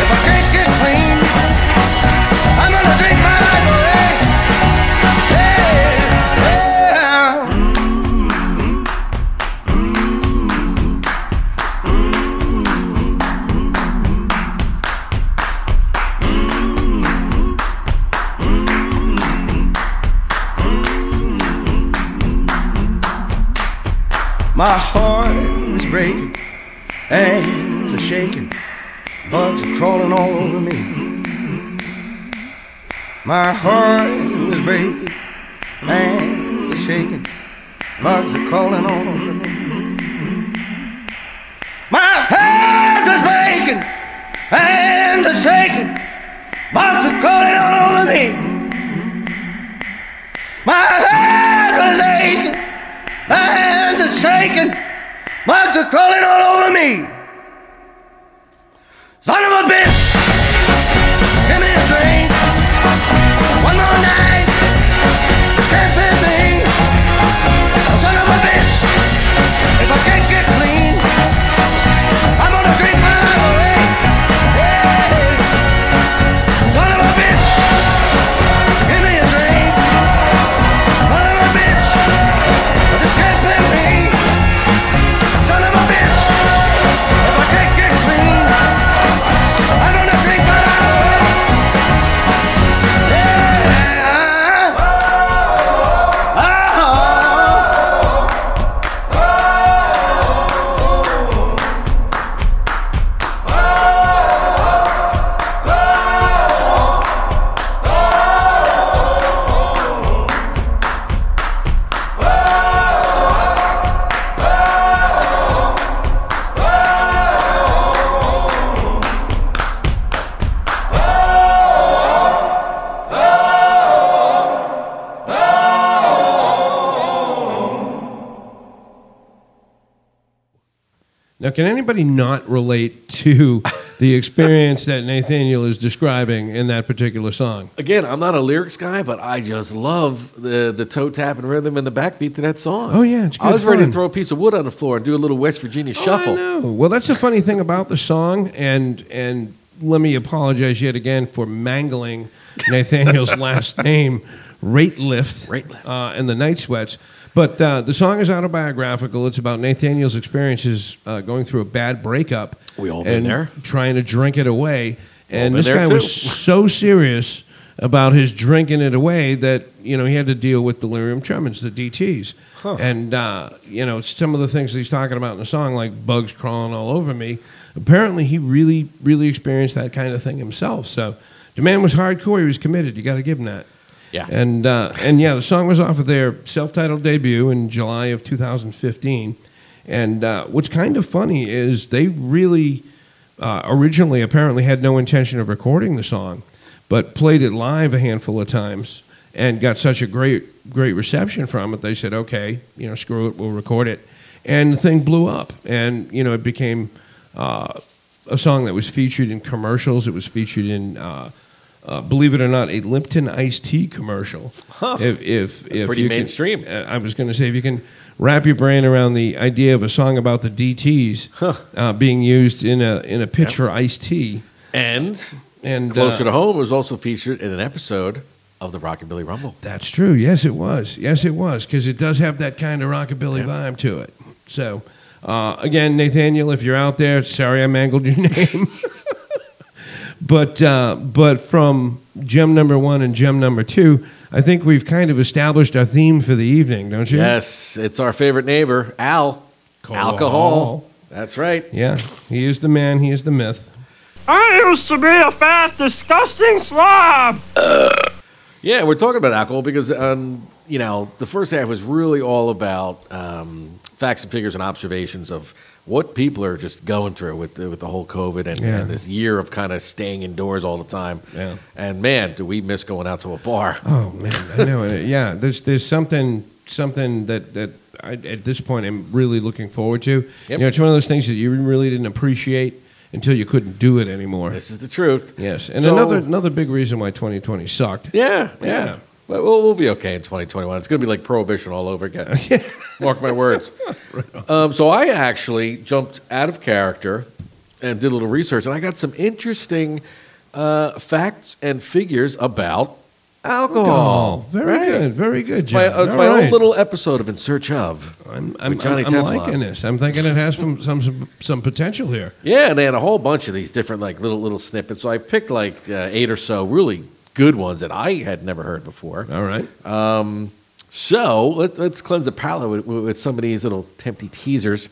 B: If I can't get clean, I'm gonna drink my life away. Yeah, yeah. My heart is breaking, hands are shaking, bugs are crawling all over me. My heart is breaking, hands are shaking, bugs are crawling all over me. My hands is breaking, hands are shaking, bugs are crawling all over me. My hands is aching. My hands are shaking. Bugs are crawling all over me. Son of a bitch! Give me a drink. One more night. Step with me. Son of a bitch! If I can't get clean, I'm gonna drink my life away. Yeah. Son of a bitch! Give me a drink. Son of a bitch! This can't be me. Son of a bitch. If I can't get clean, I'm gonna drink my life away. Yeah. Ah.
D: Now, can anybody not relate to the experience that Nathaniel is describing in that particular song?
C: Again, I'm not a lyrics guy, but I just love the the toe tap and rhythm and the backbeat to that song.
D: Oh, yeah, it's
C: I
D: good
C: was ready to
D: fun.
C: throw a piece of wood on the floor and do a little West Virginia shuffle.
D: Oh, I know. Well, that's the funny thing about the song, and and let me apologize yet again for mangling Nathaniel's last name, Ratelift,
C: Rateliff.
D: uh, and the Night Sweats. But uh, the song is autobiographical. It's about Nathaniel's experiences uh, going through a bad breakup.
C: We all been
D: and
C: there.
D: Trying to drink it away. And
C: been
D: this
C: there,
D: guy
C: too.
D: was so serious about his drinking it away that you know he had to deal with delirium tremens, the DTS, and uh, you know some of the things that he's talking about in the song, like bugs crawling all over me. Apparently, he really, really experienced that kind of thing himself. So, the man was hardcore. He was committed. You got to give him that.
C: Yeah.
D: And uh, and yeah, the song was off of their self-titled debut in July of 2015. And uh, what's kind of funny is they really uh, originally apparently had no intention of recording the song, but played it live a handful of times and got such a great great reception from it. They said, okay, you know, screw it, we'll record it, and the thing blew up, and you know, it became uh, a song that was featured in commercials. It was featured in. Uh, uh, believe it or not, a Lipton iced tea commercial. If, if, if
C: pretty
D: you can-
C: mainstream.
D: uh, I was going to say, if you can wrap your brain around the idea of a song about the DTS uh, being used in a in a pitcher iced tea,
C: And
D: and
C: Closer
D: uh,
C: to Home was also featured in an episode of the Rockabilly Rumble.
D: that's true. Yes, it was. Yes, it was because it does have that kind of rockabilly vibe to it. So, uh, again, Nathaniel, if you're out there, sorry I mangled your name. But uh, but from gem number one and gem number two, I think we've kind of established our theme for the evening, don't you?
C: Yes, it's our favorite neighbor, Al.
D: Alcohol.
C: Alcohol. That's right.
D: Yeah, he is the man. He is the myth.
E: I used to be a fat, disgusting slob.
C: Yeah, we're talking about alcohol because, um, you know, the first half was really all about um, facts and figures and observations of what people are just going through with the, with the whole COVID and,
D: Yeah.
C: and this year of kind of staying indoors all the time.
D: Yeah.
C: And man, do we miss going out to a bar?
D: Oh man, I know. it. yeah, there's there's something something that that I, at this point I'm really looking forward to. You
C: Yep.
D: know, it's one of those things that you really didn't appreciate until you couldn't do it anymore.
C: This is the truth.
D: Yes, and
C: So-
D: another another big reason why 2020 sucked.
C: Yeah, yeah.
D: Yeah.
C: But we'll, we'll be okay in 2021. It's going to be like prohibition all over again. Mark my words. um, so I actually jumped out of character and did a little research, and I got some interesting uh, facts and figures about alcohol.
D: very
C: Right?
D: good, very good,
C: It's my,
D: John.
C: it's
D: All
C: my own
D: right.
C: little episode of In Search of.
D: I'm, I'm,
C: with Johnny
D: I'm, I'm
C: Teflon.
D: liking this. I'm thinking it has some some some, some potential here.
C: Yeah, and they had a whole bunch of these different like little little snippets. So I picked like uh, eight or so really good ones that I had never heard before. Um,
D: All right.
C: So let's, let's cleanse the palate with, with some of these little tempty teasers.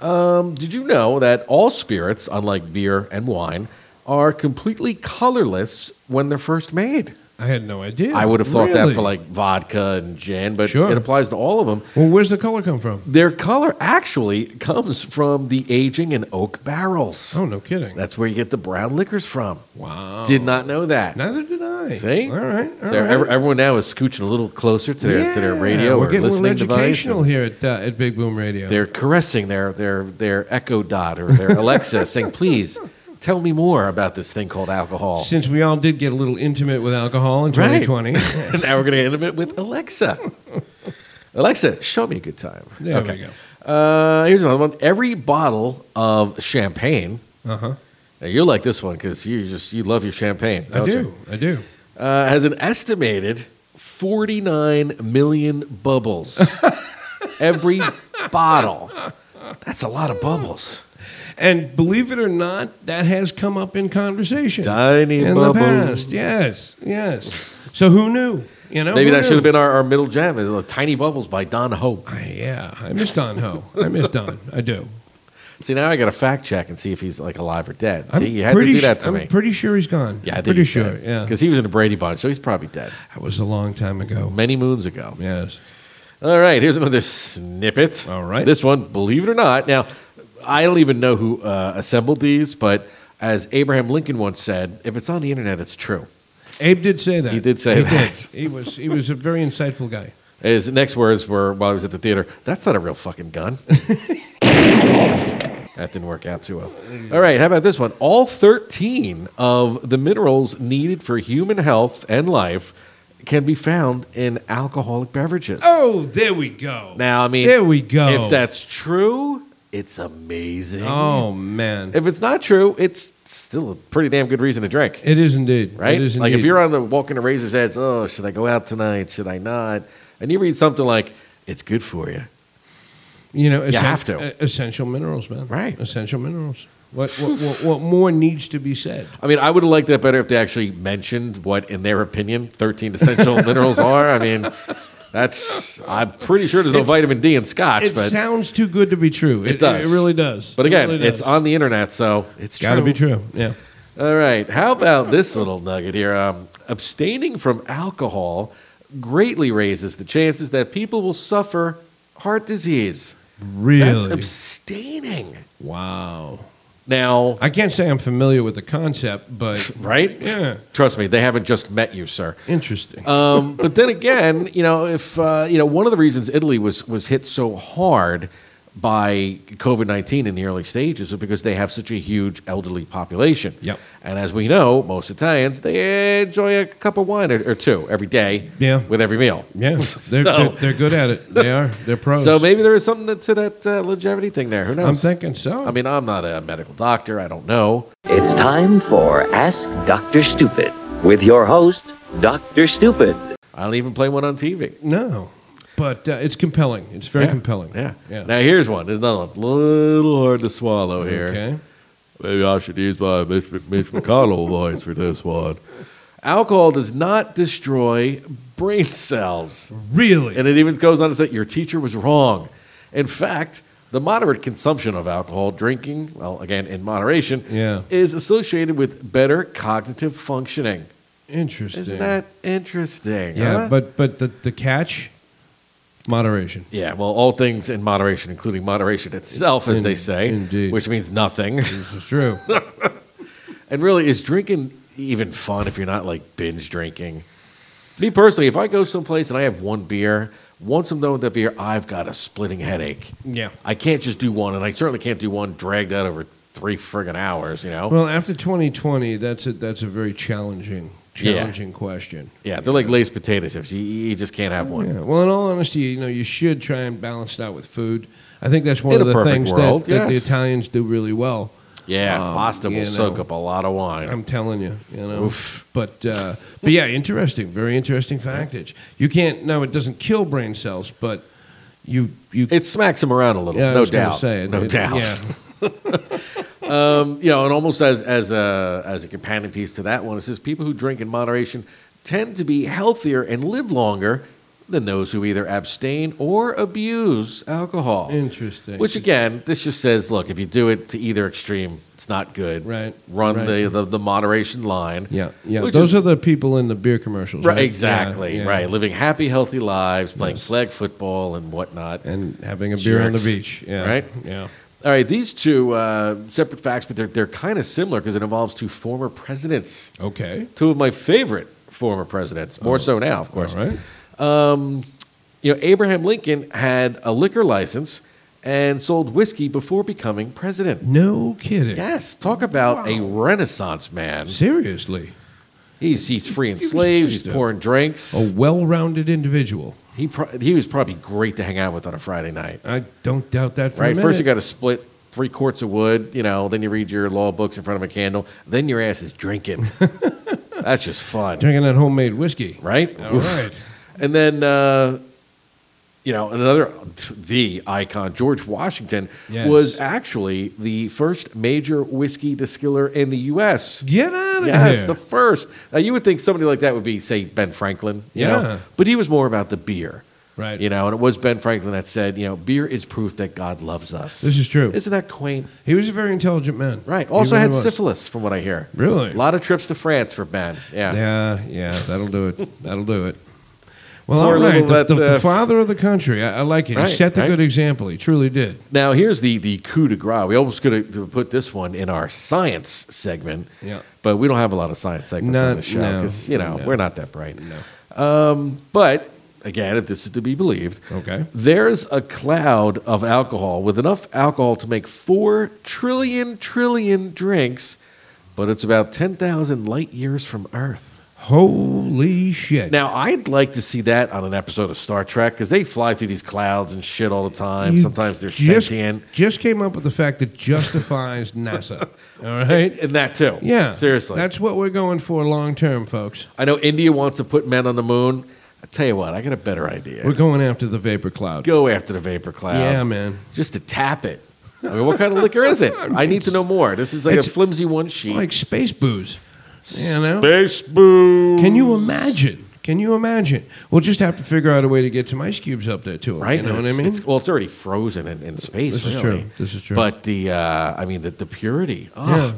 C: Um, did you know that all spirits, unlike beer and wine, are completely colorless when they're first made?
D: I had no idea.
C: I would have thought
D: Really?
C: that for like vodka and gin, but
D: Sure.
C: it applies to all of them.
D: Well, where's the color come from?
C: Their color actually comes from the aging in oak barrels.
D: Oh, no kidding.
C: That's where you get the brown liquors from.
D: wow.
C: Did not know that.
D: Neither did I.
C: See?
D: All right. all
C: So
D: right.
C: ev- everyone now is scooching a little closer to their, to their radio
D: We're
C: or
D: getting a little
C: listening device.
D: educational here at, uh, at Big Boom Radio.
C: They're caressing their their their Echo Dot or their Alexa, saying, "Please tell me more about this thing called alcohol."
D: Since we all did get a little intimate with alcohol in
C: Right.
D: 2020,
C: and now we're going to end it with Alexa. Alexa, show me a good time.
D: there we go.
C: Uh, here's another one. Every bottle of champagne.
D: Uh huh.
C: Now you'll like this one because you just you love your champagne.
D: I
C: don't you?
D: do. I do.
C: Uh, has an estimated 49 million bubbles. Every bottle. That's a lot of bubbles.
D: And believe it or not, that has come up in conversation
C: Tiny
D: in the
C: bubbles.
D: past. Yes. Yes. So who knew? You know.
C: Maybe
D: who
C: that
D: knew?
C: should have been our, our middle jam, is, uh, Tiny Bubbles by Don Hope.
D: I, yeah, I miss Don Ho. I miss Don. I do.
C: See, now I got to fact check and see if he's like alive or dead. See,
D: I'm
C: you had to
D: pretty
C: do that
D: su-
C: to
D: I'm
C: me.
D: pretty sure he's gone.
C: yeah, I think
D: pretty sure. Yeah,
C: Because he was in a Brady Bunch, so he's probably dead.
D: that was a long time ago.
C: Many moons ago.
D: Yes.
C: All right, here's another snippet.
D: All right.
C: This one, believe it or not, now, I don't even know who uh, assembled these, but as Abraham Lincoln once said, if it's on the internet, it's true.
D: Abe did say that.
C: He did say
D: He
C: that.
D: did. He was he was a very insightful guy.
C: His next words were while he was at the theater, that's not a real fucking gun. that didn't work out too well. All right, how about this one? All 13 of the minerals needed for human health and life can be found in alcoholic beverages.
D: Oh, there we go.
C: Now, I mean,
D: There we go.
C: if that's true,
D: It's amazing.
F: Oh man,
D: If it's not true, it's still a pretty damn good reason to drink,
F: it is indeed.
D: right?
F: It is
D: like if
F: indeed.
D: you're on the walking the razor's edge, oh, should I go out tonight? Should I not? And you read something like, "It's good for you."
F: you know, essen-
D: have to.
F: e- essential minerals, man.
D: Right.
F: essential minerals. What what, what what more needs to be said?
D: I mean, I would have liked that better if they actually mentioned what, in their opinion, 13 essential minerals are. I mean, that's, I'm pretty sure there's no
F: It's-
D: vitamin D in scotch,
F: It
D: but,
F: sounds too good to be true.
D: It does.
F: It really does.
D: but
F: It
D: again,
F: really
D: it's
F: does.
D: on the internet, so it's
F: Gotta
D: true.
F: be true. Yeah.
D: All right. How about this little nugget here? Um, abstaining from alcohol greatly raises the chances that people will suffer heart disease. That's
F: Really?
D: abstaining.
F: wow.
D: Now,
F: I can't say I'm familiar with the concept, but
D: right?
F: yeah,
D: Trust me, they haven't just met you, sir.
F: interesting.
D: Um, but then again, you know, if uh, you know, one of the reasons Italy was was hit so hard by COVID nineteen in the early stages was because they have such a huge elderly population.
F: Yep.
D: And as we know, most Italians they enjoy a cup of wine or, or two every day.
F: Yeah.
D: With every meal.
F: yeah, they're, they're,
D: so-
F: they're good at it. They are. They're pros.
D: So maybe there is something to, to that uh, longevity thing there. Who knows?
F: I'm thinking so.
D: I mean, I'm not a medical doctor. I don't know.
G: It's time for Ask Dr. Stupid with your host, Dr. Stupid.
D: I don't even play one on TV.
F: no, but uh, it's compelling. It's very
D: Yeah.
F: compelling.
D: Yeah.
F: Yeah.
D: Now here's one. There's another one. A little hard to swallow here.
F: Okay.
D: Maybe I should use my Mitch, Mitch McConnell voice for this one. Alcohol does not destroy brain cells.
F: Really?
D: And it even goes on to say your teacher was wrong. In fact, the moderate consumption of alcohol, drinking, well, again, in moderation,
F: Yeah.
D: is associated with better cognitive functioning.
F: Interesting.
D: Isn't that interesting?
F: yeah,
D: huh?
F: but but the, the catch, moderation.
D: Yeah, well, all things in moderation, including moderation itself, as they
F: In-
D: say,
F: indeed.
D: which means nothing.
F: This is true.
D: And really, is drinking even fun if you're not like binge drinking? Me personally, if I go someplace and I have one beer, once I'm done with that beer, I've got a splitting headache.
F: yeah.
D: I can't just do one, and I certainly can't do one dragged out over three friggin' hours, you know?
F: Well, after 2020, that's a that's a very challenging
D: Yeah.
F: challenging question.
D: yeah, they're like Lay's potato chips. You, you just can't have one.
F: Yeah. Well, in all honesty, you know, you should try and balance it out with food. I think that's one
D: In
F: of
D: a
F: the
D: perfect
F: things
D: world,
F: that, that the
D: yes.
F: Italians do really well.
D: Yeah,
F: Um,
D: pasta will
F: you
D: soak
F: know.
D: up a lot of wine.
F: I'm telling you, you know. But uh, but yeah, interesting, very interesting factage. You can't. No, it doesn't kill brain cells, but you you.
D: it smacks them around a little,
F: yeah, I
D: no
F: was gonna
D: doubt.
F: Say, it-
D: no
F: it-
D: doubt.
F: Yeah.
D: Um, you know, and almost as as a as a companion piece to that one, it says people who drink in moderation tend to be healthier and live longer than those who either abstain or abuse alcohol.
F: Interesting.
D: Which again, this just says, look, if you do it to either extreme, it's not good.
F: Right,
D: Run
F: right.
D: The, the the moderation line.
F: Yeah, yeah.
D: Which
F: Those
D: is-
F: are the people in the beer commercials, right?
D: Right, exactly.
F: Yeah, yeah.
D: Right. Living happy, healthy lives, playing flag football and whatnot.
F: And having a beer on the
D: Jerks.
F: beach, yeah.
D: Right?
F: Yeah.
D: All right, these two uh, separate facts, but they're, they're kind of similar because it involves two former presidents.
F: Okay. Oh.
D: two of my favorite former presidents, more so now, of
F: All
D: course.
F: right.
D: Um, you know, Abraham Lincoln had a liquor license and sold whiskey before becoming president.
F: No kidding.
D: Yes, talk about a Renaissance man.
F: Seriously,
D: He's he's freeing
F: He was
D: slaves.
F: just
D: He's
F: a-
D: pouring drinks.
F: a well-rounded individual.
D: He pro- he was probably great to hang out with on a Friday night.
F: I don't doubt that for a
D: Right,
F: minute.
D: first you got to split three quarts of wood. You know, then you read your law books in front of a candle. Then your ass is drinking. That's just fun.
F: drinking that homemade whiskey.
D: right?
F: All right.
D: And then, uh, you know, another, the icon, George Washington,
F: Yes.
D: was actually the first major whiskey distiller in the U.S.
F: Get out of
D: Yes,
F: here.
D: the first. Now, you would think somebody like that would be, say, Ben Franklin, you
F: Yeah.
D: know, but he was more about the beer.
F: right.
D: You know, and it was Ben Franklin that said, you know, beer is proof that God loves us.
F: This is true.
D: Isn't that quaint?
F: He was a very intelligent man.
D: Right.
F: He
D: Also
F: really
D: had
F: was.
D: syphilis, from what I hear.
F: Really?
D: A lot of trips to France for Ben. Yeah.
F: Yeah, yeah, that'll do it. That'll do it. Well,
D: Poor
F: all right.
D: little
F: The,
D: that,
F: the, the
D: uh,
F: father of the country. I, I like it.
D: Right,
F: he set the
D: right.
F: good example. He truly did.
D: Now here's the the coup de grace. We almost could have put this one in our science segment,
F: Yeah.
D: but we don't have a lot of science segments
F: Not-
D: on the show
F: no,
D: because you know
F: no.
D: we're not that bright.
F: No.
D: Um, but again, if this is to be believed,
F: Okay.
D: there's a cloud of alcohol with enough alcohol to make four trillion trillion drinks, but it's about ten thousand light years from Earth. Holy shit.
C: Now I'd like to see that on an episode of Star Trek because they fly through these clouds and shit all the time.
D: You
C: Sometimes they're
D: just,
C: sentient.
D: Just came up with the fact that justifies NASA. All right.
C: and that too.
D: Yeah.
C: seriously.
D: That's what we're going for long term, folks.
C: I know India wants to put men on the moon. I tell you what, I got a better idea.
D: We're going after the vapor cloud.
C: Go after the vapor cloud.
D: Yeah, man.
C: Just to tap it. I mean, what kind of liquor is it? I need to know more. This is like a
D: It's-
C: flimsy one
D: It's
C: sheet.
D: like space booze. You know?
C: Space boo.
D: Can you imagine? Can you imagine? We'll just have to figure out a way to get some ice cubes up there too.
C: Right?
D: You know what I
C: It's-
D: mean?
C: it's- well, it's already frozen in, in space.
D: This is
C: really.
D: true. This is true.
C: But the, uh, I mean, the, the purity.
D: yeah.
C: Oh,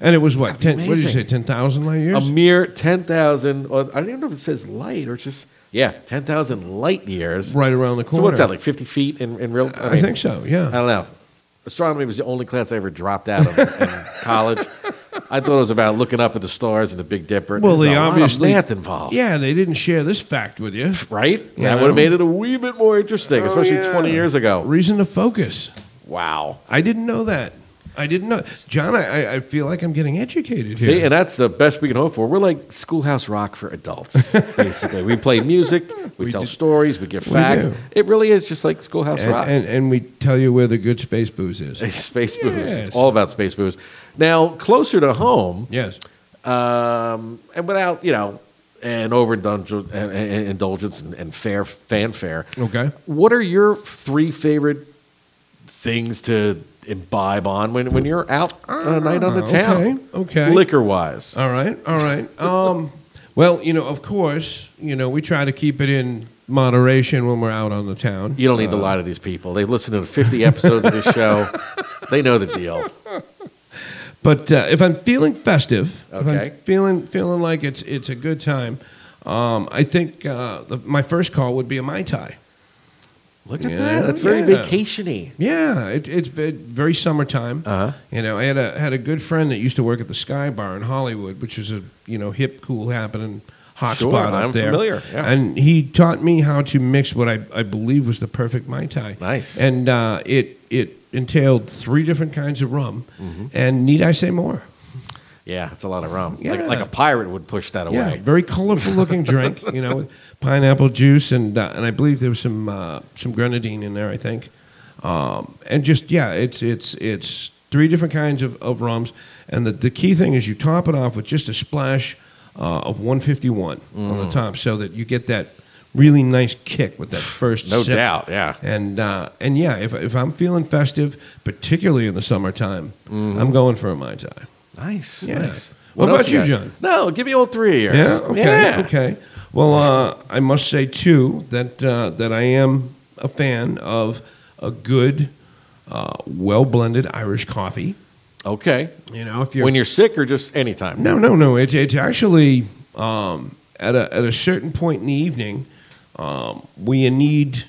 D: And it was what? Ten, what did you
C: amazing.
D: say? Ten thousand light
C: a
D: years?
C: mere ten thousand. I don't even know if it says light or it's just yeah, ten thousand light years.
D: right around the corner.
C: So what's that like fifty feet in, in real?
D: I think so, yeah.
C: I don't know. Astronomy was the only class I ever dropped out of in college. I thought it was about looking up at the stars and the Big Dipper.
D: Well,
C: There's
D: they
C: a lot of
D: obviously
C: math involved.
D: Yeah, they didn't share this fact with you.
C: Right?
D: Yeah,
C: that
D: I
C: would have
D: know. Oh,
C: made it a wee bit more interesting, especially
D: yeah.
C: 20 years ago.
D: Reason to focus.
C: Wow.
D: I didn't know that. I didn't know, John. I, I- I feel like I'm getting educated here.
C: See, and that's the best we can hope for. We're like Schoolhouse Rock for adults, basically. we play music, we,
D: We
C: tell
D: do.
C: stories, we give
D: We
C: facts.
D: do.
C: It really is just like Schoolhouse
D: and,
C: Rock.
D: and, and we tell you where the good space booze is.
C: space booze.
D: Yes.
C: It's all about space booze. Now, closer to home,
D: Yes.
C: um, and without, you know, an overindulgence and, and, indulgence and, and fair fanfare,
D: Okay.
C: what are your three favorite things to imbibe on when, when you're out uh, a night on the town?
D: Ah, okay, okay.
C: Liquor wise.
D: All right. All right. Um, well, you know, of course, you know, we try to keep it in moderation when we're out on the town. Uh,
C: You don't need to lie to these people. They listen to 50 episodes of this show. They know the deal.
D: But uh, if I'm feeling festive, if
C: Okay.
D: I'm feeling feeling like it's it's a good time, um, I think uh, the, my first call would be a mai tai.
C: Look at
D: Yeah,
C: that. That's very
D: yeah.
C: vacationy.
D: Yeah, it, it's ve- very summertime.
C: Uh-huh.
D: You know, I had a had a good friend that used to work at the Sky Bar in Hollywood, which is a you know hip, cool, happening hot
C: Sure,
D: spot up
C: I'm
D: there.
C: familiar, yeah.
D: And he taught me how to mix what I, I believe was the perfect mai tai.
C: Nice.
D: And uh, it it entailed three different kinds of rum,
C: Mm-hmm.
D: and need I say more?
C: Yeah, it's a lot of rum.
D: Yeah.
C: Like, like a pirate would push that away.
D: Yeah, very colorful looking drink. You know, with pineapple juice and uh, and I believe there was some uh, some grenadine in there. I think, um, and just yeah, it's it's it's three different kinds of, of rums, and the the key thing is you top it off with just a splash uh, of 151 on
C: Mm.
D: the top, so that you get that really nice kick with that first.
C: No
D: sip.
C: doubt, yeah.
D: And uh, and yeah, if if I'm feeling festive, particularly in the summertime,
C: Mm-hmm.
D: I'm going for a mai tai.
C: Nice.
D: Yeah.
C: Nice.
D: What
C: else
D: about you,
C: got?
D: John?
C: No, give me all three years.
D: Yeah. Okay.
C: Yeah.
D: Okay. Well, uh, I must say too that uh, that I am a fan of a good, uh, well blended Irish coffee.
C: Okay.
D: You know, if you're
C: when you're sick or just anytime?
D: no, no, no. It, it's actually um, at a at a certain point in the evening um, where you need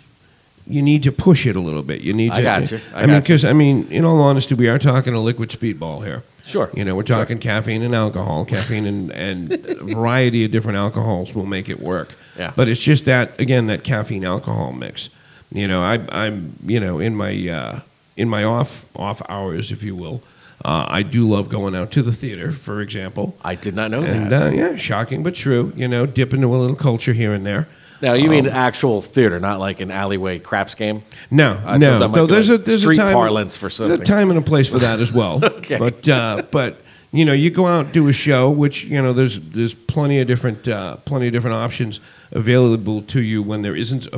D: you need to push it a little bit. You need
C: I
D: to.
C: got you. I
D: I mean,
C: got you.
D: because I mean, in all honesty, we are talking a liquid speedball here.
C: Sure.
D: You know, we're talking caffeine and alcohol. Caffeine and, and a variety of different alcohols will make it work.
C: Yeah.
D: But it's just that again, that caffeine alcohol mix. You know, I, I'm you know in my uh, in my off off hours, if you will. Uh, I do love going out to the theater, for example.
C: I did not know
D: And
C: that.
D: uh, yeah, shocking but true. You know, dip into a little culture here and there.
C: now, you mean
D: um,
C: actual theater, not like an alleyway craps game?
D: No,
C: I thought
D: no,
C: that might
D: no.
C: be
D: There's a
C: like
D: there's
C: street
D: a time
C: parlance for something.
D: There's a time and a place for that as well.
C: Okay.
D: but uh, but you know, you go out do a show, which you know, there's there's plenty of different uh, plenty of different options available to you when there isn't a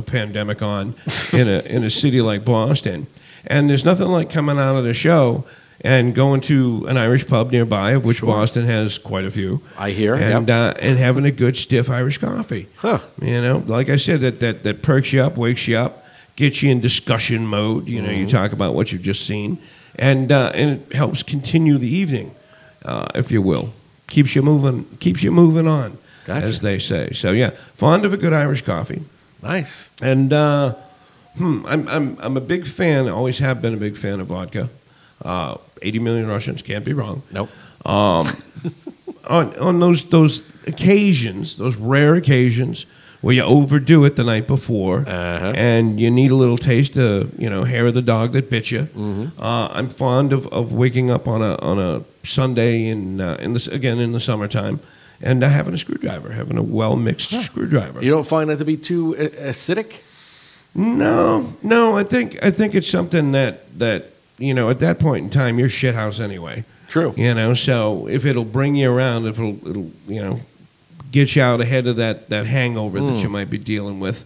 D: pandemic on in a in a city like Boston, and there's nothing like coming out of the show. And going to an Irish pub nearby, of which Boston has quite a few,
C: I hear.
D: and
C: yep.
D: uh, and having a good stiff Irish coffee.
C: Huh.
D: You know, like I said, that, that, that perks you up, wakes you up, gets you in discussion mode. You know,
C: Mm-hmm.
D: you talk about what you've just seen, and uh, and it helps continue the evening, uh, if you will. Keeps you moving, keeps you moving on,
C: Gotcha.
D: as they say. So yeah, fond of a good Irish coffee,
C: Nice.
D: and uh, hmm, I'm I'm I'm a big fan. Always have been a big fan of vodka. Uh, 80 million Russians can't be wrong
C: Nope.
D: um, on on those those occasions, those rare occasions where you overdo it the night before,
C: Uh-huh.
D: and you need a little taste of you know hair of the dog that bit you.
C: Mm-hmm.
D: Uh, I'm fond of, of waking up on a on a Sunday in uh, in this again in the summertime
F: and uh, having a screwdriver, having a well mixed screwdriver.
D: You don't find that to be too a- acidic?
F: No, no, I think I think it's something that that you know at that point in time you're shit house anyway.
D: True.
F: You know, so if it'll bring you around, if it'll, it'll you know get you out ahead of that that hangover
D: Mm.
F: that you might be dealing with,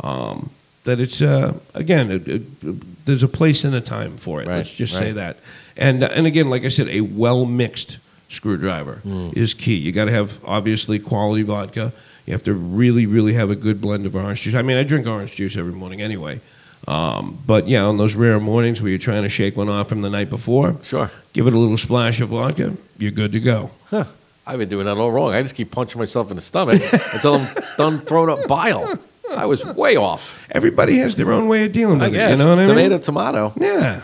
F: um, that it's uh, again it, it, there's a place and a time for it.
D: Right,
F: Let's just say
D: right.
F: that. And uh, and again, like I said, a well mixed screwdriver
D: Mm.
F: is key. You got to have obviously quality vodka. You have to really, really have a good blend of orange juice. I mean, I drink orange juice every morning anyway. Um, but yeah, on those rare mornings where you're trying to shake one off from the night before,
D: Sure.
F: give it a little splash of vodka, you're good to go.
D: I've been doing that all wrong. I just keep punching myself in the stomach until I'm done throwing up bile. I was way off.
F: Everybody has their own way of dealing with
D: I
F: it.
D: guess.
F: You know what I
D: tomato,
F: mean?
D: tomato.
F: Yeah.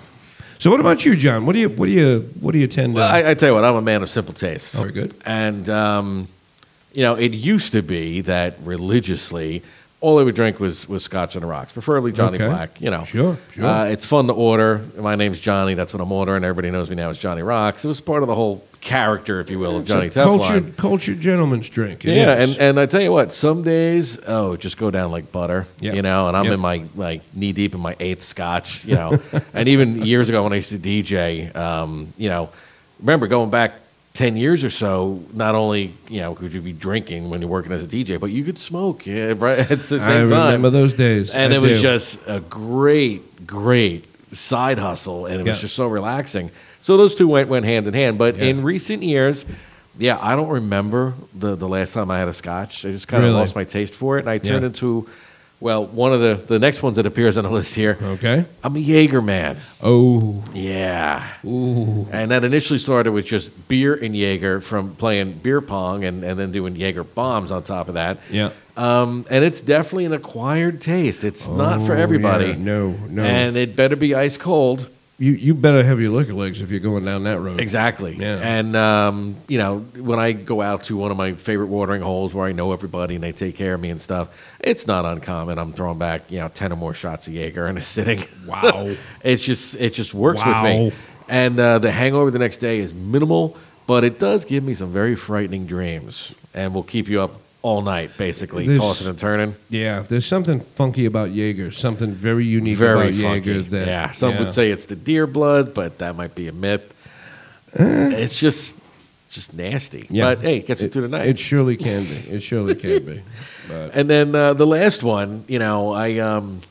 F: So what about you, John? What do you what do you what do you tend to? Oh,
D: Well, I, I tell you what, I'm a man of simple tastes.
F: Very good.
D: And, um, you know, it used to be that religiously, all I would drink was, was scotch on the rocks, preferably Johnny
F: Okay.
D: Black, you know.
F: Sure, sure.
D: Uh, it's fun to order. My name's Johnny. That's what I'm ordering. Everybody knows me now as Johnny Rocks. It was part of the whole character, if you will, of
F: It's a
D: Johnny Teflon.
F: Cultured, cultured gentleman's drink. It
D: yeah,
F: is.
D: and, and I tell you what, some days, oh, it just go down like butter,
F: Yep.
D: you know, and I'm
F: Yep.
D: in my, like, knee deep in my eighth scotch, you know. and even years ago when I used to DJ, um, you know, remember going back 10 years or so, not only, you know, could you be drinking when you're working as a DJ, but you could smoke yeah, right, at the
F: I
D: same time.
F: remember those days.
D: And
F: I
D: it was
F: do.
D: just a great, great side hustle, and it was
F: Yeah.
D: just so relaxing. So those two went went hand in hand. But in recent years, yeah, I don't remember the the last time I had a scotch. I just kind of
F: Really?
D: lost my taste for it, and I turned
F: Yeah.
D: into. Well, one of the, the next ones that appears on the list here.
F: okay.
D: I'm a Jaeger man.
F: Oh,
D: Yeah.
F: ooh,
D: And that initially started with just beer and Jaeger from playing beer pong and, and then doing Jaeger bombs on top of that.
F: yeah.
D: Um, and it's definitely an acquired taste. It's not for
F: Oh, yeah.
D: everybody.
F: No, no.
D: And it better be ice cold.
F: you you better have your liquor legs if you're going down that road.
D: Exactly.
F: Yeah.
D: And, um, you know, when I go out to one of my favorite watering holes where I know everybody and they take care of me and stuff, it's not uncommon. I'm throwing back, you know, 10 or more shots of Jaeger in a sitting.
F: Wow.
D: it's just, it just works
F: Wow.
D: with me. And uh, the hangover the next day is minimal, but it does give me some very frightening dreams and will keep you up all night, basically,
F: This-
D: tossing and turning.
F: Yeah, there's something funky about Jaeger. Something very unique
D: very
F: about
D: funky.
F: Jaeger. That
D: yeah, some would say it's the deer blood, but that might be a myth. it's just just nasty.
F: Eh. Yeah.
D: But hey, it gets you
F: it,
D: through the night.
F: it surely can be. It surely can be. But
D: and then uh, the last one, you know, I um,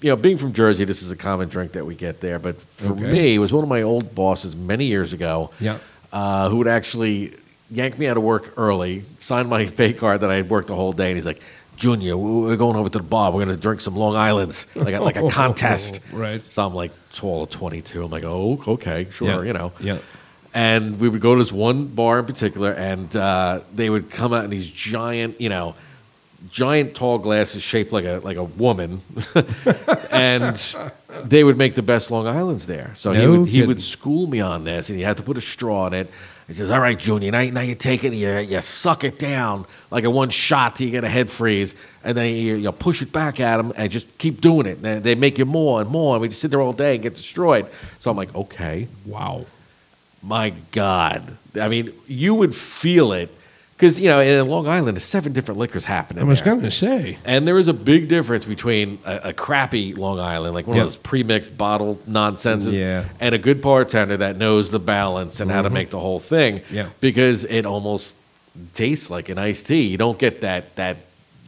D: you know, being from Jersey, this is a common drink that we get there. But for
F: Okay.
D: me, it was one of my old bosses many years ago.
F: yeah,
D: uh, who would actually yank me out of work early, sign my pay card that I had worked the whole day, and he's like, "Junior, we- we're going over to the bar. We're going to drink some Long Island's, like a, like a contest."
F: Oh, Right.
D: So I'm like 12 22. I'm like, "Oh, okay, sure,
F: yeah,
D: you know."
F: Yeah.
D: And we would go to this one bar in particular, and uh, they would come out in these giant, you know, giant tall glasses shaped like a like a woman, and they would make the best Long Island's there. So he
F: No
D: would he
F: kidding.
D: would school me on this, and he had to put a straw in it. He says, "All right, Junior, now, now you take it, and you you suck it down like a one shot till you get a head freeze, and then you, you push it back at them, and just keep doing it. And they make you more and more, and we just sit there all day and get destroyed." So I'm like, "Okay,
F: Wow.
D: my God. I mean, you would feel it because, you know, in Long Island, there's seven different liquors happening.
F: I was
D: there.
F: going to say.
D: and there is a big difference between a, a crappy Long Island, like one
F: Yeah.
D: of those pre-mixed bottle nonsenses,
F: Yeah. Mm-hmm.
D: and a good bartender that knows the balance and how to make the whole thing.
F: Yeah.
D: Because it almost tastes like an iced tea. You don't get that that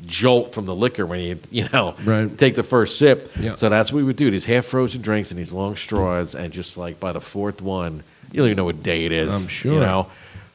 D: jolt from the liquor when you you know
F: Right.
D: take the first sip.
F: Yeah.
D: So that's what we would do: these half frozen drinks and these long straws, and just like by the fourth one, you don't even know what day it is.
F: I'm sure.
D: You know.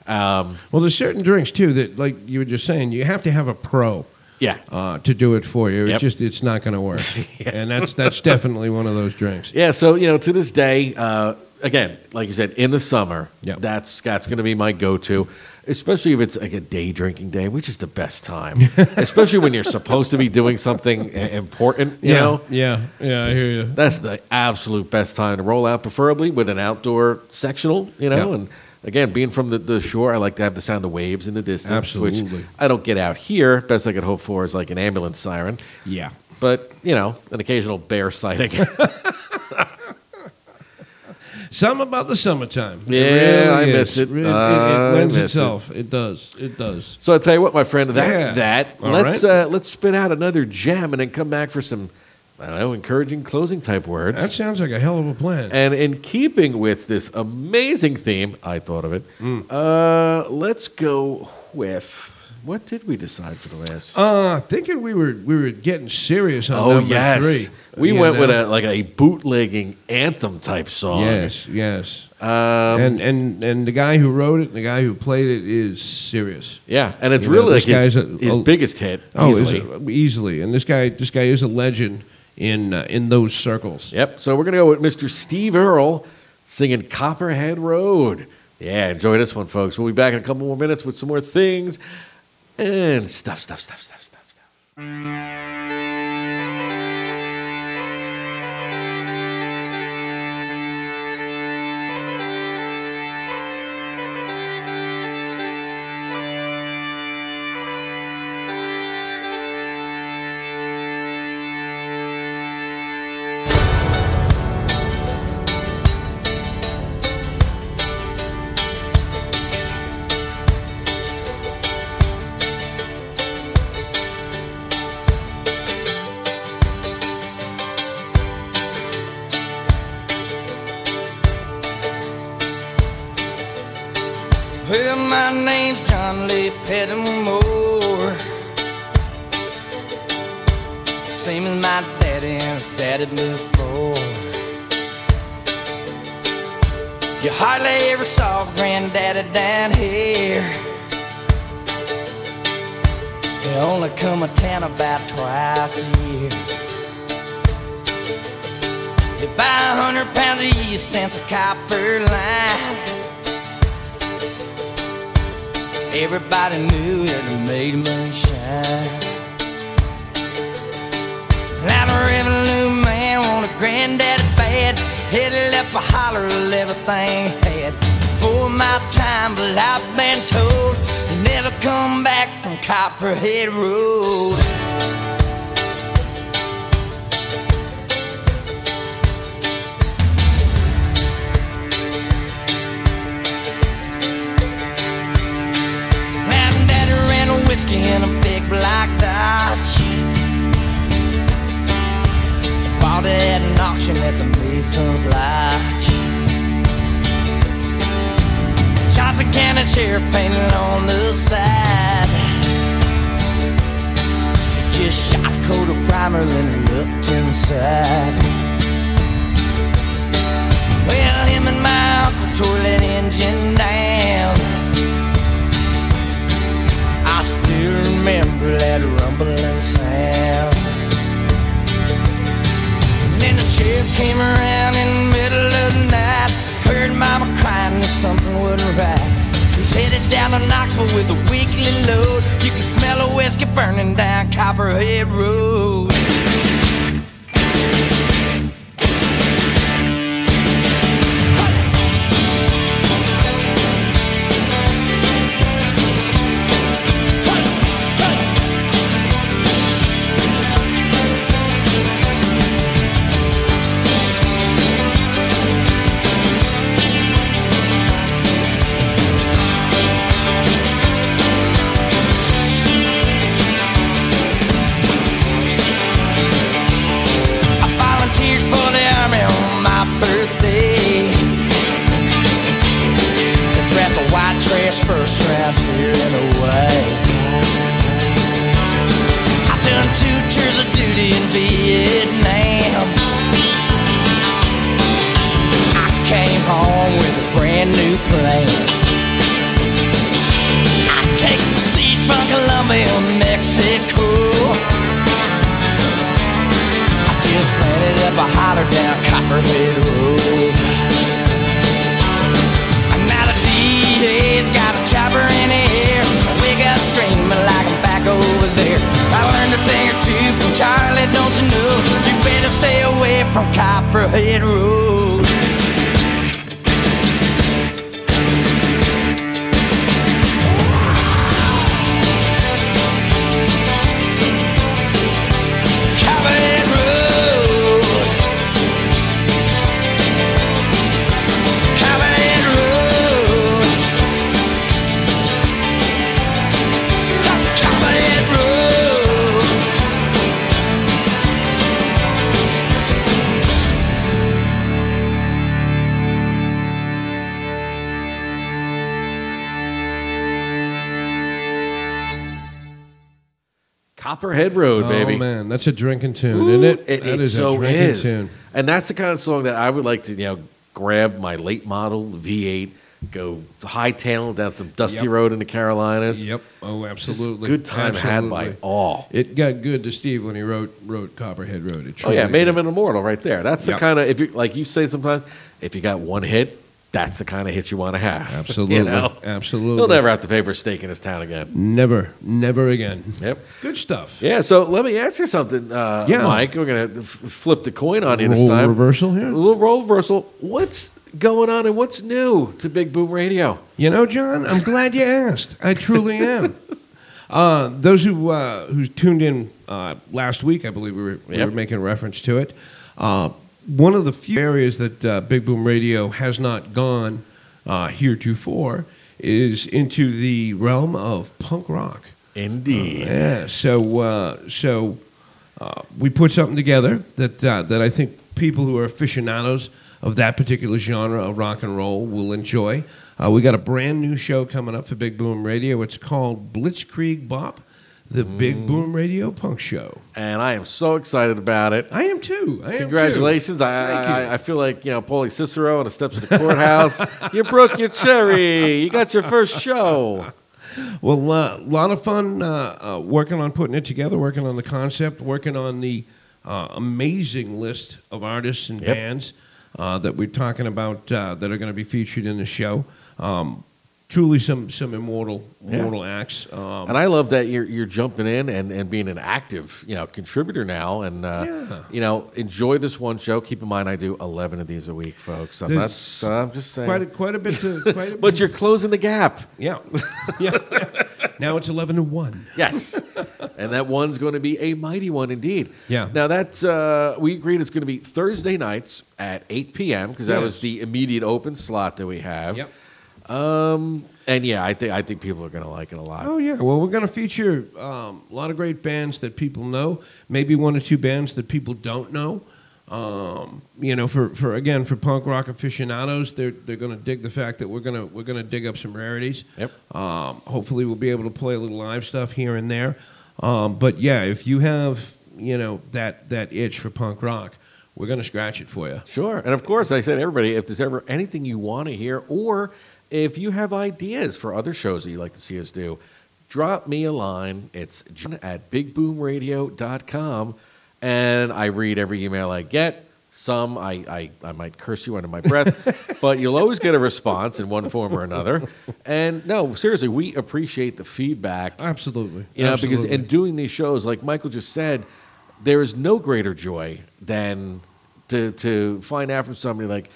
D: Um,
F: Well, there's certain drinks too that, like you were just saying, you have to have a pro
D: yeah.
F: uh, to do it for you.
D: Yep.
F: It just it's not going to work, and that's that's definitely one of those drinks.
D: Yeah, so you know, to this day, uh, again, like you said, in the summer,
F: Yep.
D: that's that's going to be my go-to, especially if it's like a day drinking day, which is the best time, especially when you're supposed to be doing something i- important. You
F: yeah,
D: know,
F: yeah, yeah. I hear you.
D: that's the absolute best time to roll out, preferably with an outdoor sectional. You know,
F: Yep.
D: and again, being from the, the shore, I like to have the sound of waves in the distance, which
F: Absolutely.
D: I don't get out here. Best I could hope for is like an ambulance siren,
F: Yeah.
D: but you know, an occasional bear sighting.
H: Something about the summertime.
I: Yeah, I
H: is.
I: miss it.
H: Re- It, it,
I: I
H: lends
I: miss
H: itself. It. does. It does.
I: So I tell you what, my friend, that's
H: Yeah.
I: that.
H: All
I: let's
H: right.
I: uh, let's spit out another gem and then come back for some, I don't know, encouraging closing type words.
H: That sounds like a hell of a plan.
I: and in keeping with this amazing theme, I thought of it.
H: Hmm.
I: Uh, let's go with what did we decide for the last?
H: Uh, thinking we were we were getting serious on
I: oh
H: number
I: yes,
H: three.
I: we
H: You
I: went with
H: know?
I: a like a bootlegging anthem type song.
H: Yes, yes.
I: Um,
H: and and and the guy who wrote it and the guy who played it is serious.
I: yeah, and it's
H: You know,
I: really like
H: this
I: his,
H: guy's a-
I: his
H: a-
I: biggest hit.
H: Oh, is
I: easily.
H: it- easily. And this guy this guy is a legend in uh, in those circles.
I: Yep. So we're going to go with Mr. Steve Earle singing Copperhead Road. Yeah, enjoy this one, folks. We'll be back in a couple more minutes with some more things and stuff, stuff, stuff, stuff, stuff.
D: Well, my name's John Lee Pettimore. Same as my daddy and his daddy before. You hardly ever saw granddaddy down here. They only come a town about twice a year. They buy a hundred pounds of yeast and a copper line. Everybody knew that it made me shine. Now the revenue man wanted granddaddy bad. He left a holler of everything he had. For my time, but I've been told to never come back from Copperhead Road. Now daddy ran a whiskey in a big black Dodge. Bought it at an auction at the Mason's Lodge. Johnson County Sheriff painted on the side. Just shot a coat of primer and looked inside. Well, him and my uncle tore that engine down. I still remember that rumbling sound. And then the sheriff came around in the middle of the night. Heard mama crying that something wasn't right. He's headed down to Knoxville with a weekly load. You can smell a whiskey burning down Copperhead Road. I volunteered for the army on my birthday. They draft a white trash first round here in a way. I've done two tours of duty in Vietnam. I came home with a brand new plane. I take the seed from Colombia, Mexico. I just planted up a holler down Copperhead Road. And now the DA's got a chopper in the air. I wake up screaming like I'm back over there. I learned a thing or two from Charlie, don't you know? You better stay away from Copperhead Road. Copperhead Road.
C: Copperhead Road,
F: oh,
C: baby.
F: man, that's a drinking tune, isn't it?
C: It,
F: That
C: it
F: is
C: so
F: a drinking
C: is.
F: tune.
C: And that's the kind of song that I would like to, you know, grab my late model V8, go hightail down some dusty
F: Yep.
C: road in the Carolinas.
F: Yep. Oh,
C: Just
F: absolutely.
C: good time had by
F: Absolutely.
C: all.
F: It got good to Steve when he wrote wrote Copperhead Road. It
C: Oh
F: truly
C: yeah, made
F: did.
C: him an immortal right there. That's the
F: Yep.
C: kind of if you like you say sometimes, if you got one hit, that's the kind of hit you want to have. You
F: Absolutely.
C: know?
F: Absolutely.
C: He'll never have to pay for steak in his town again.
F: Never, never again.
C: Yep.
F: Good stuff.
C: Yeah. So let me ask you something, uh,
F: Yeah.
C: Mike. We're gonna f- flip the coin on you this
F: Roll
C: time.
F: reversal here.
C: A little role reversal. What's going on and what's new to Big Boom Radio?
F: You know, John, I'm glad you asked. I truly am. Uh, those who uh, who tuned in uh, last week, I believe we were, we
C: Yep.
F: were making reference to it. Uh, one of the few areas that uh, Big Boom Radio has not gone uh, heretofore is into the realm of punk rock.
C: Indeed.
F: Yeah. So uh, so uh, we put something together that uh, that I think people who are aficionados of that particular genre of rock and roll will enjoy. Uh, we got a brand new show coming up for Big Boom Radio. It's called Blitzkrieg Bop, the Big Boom Radio Punk Show.
C: Mm. And I am so excited about it.
F: I am too. I am too.
C: Congratulations. I,
F: Thank you.
C: I, I feel like, you know, Paulie Cicero on the steps of the courthouse. you broke your cherry. You got your first show.
F: Well, a lot of fun uh, uh, working on putting it together, working on the concept, working on the uh, amazing list of artists and
C: Yep.
F: bands uh, that we're talking about uh, that are going to be featured in the show. Um, truly, some some immortal
C: Yeah.
F: immortal acts. Um,
C: And I love that you're, you're jumping in and, and being an active, you know, contributor now. And, uh,
F: Yeah.
C: you know, enjoy this one show. Keep in mind, I do 11 of these a week, folks. So
F: There's
C: that's, uh, I'm just saying.
F: quite a, quite a bit to quite a
C: but you're closing the gap.
F: yeah yeah. Now it's eleven to one.
C: Yes. and that one's going to be a mighty one indeed.
F: Yeah.
C: Now that's uh, we agreed it's going to be Thursday nights at 8 p.m. because that was
F: Yes.
C: the immediate open slot that we have.
F: Yep.
C: Um, and yeah, I think I think people are going to like it a lot.
F: Oh yeah. Well, we're going to feature um, a lot of great bands that people know. Maybe one or two bands that people don't know. Um, you know, for, for again for punk rock aficionados, they're they're going to dig the fact that we're gonna we're gonna dig up some rarities.
C: Yep.
F: Um, hopefully, we'll be able to play a little live stuff here and there. Um, but yeah, if you have you know that that itch for punk rock, we're going to scratch it for you.
C: Sure. And of course, I said everybody, if there's ever anything you want to hear or if you have ideas for other shows that you'd like to see us do, drop me a line. It's john at bigboomradio.com. And I read every email I get. Some I, I, I might curse you under my breath, but you'll always get a response in one form or another. And no, seriously, we appreciate the feedback.
F: Absolutely.
C: You know, because in doing these shows, like Michael just said, there is no greater joy than to to find out from somebody like,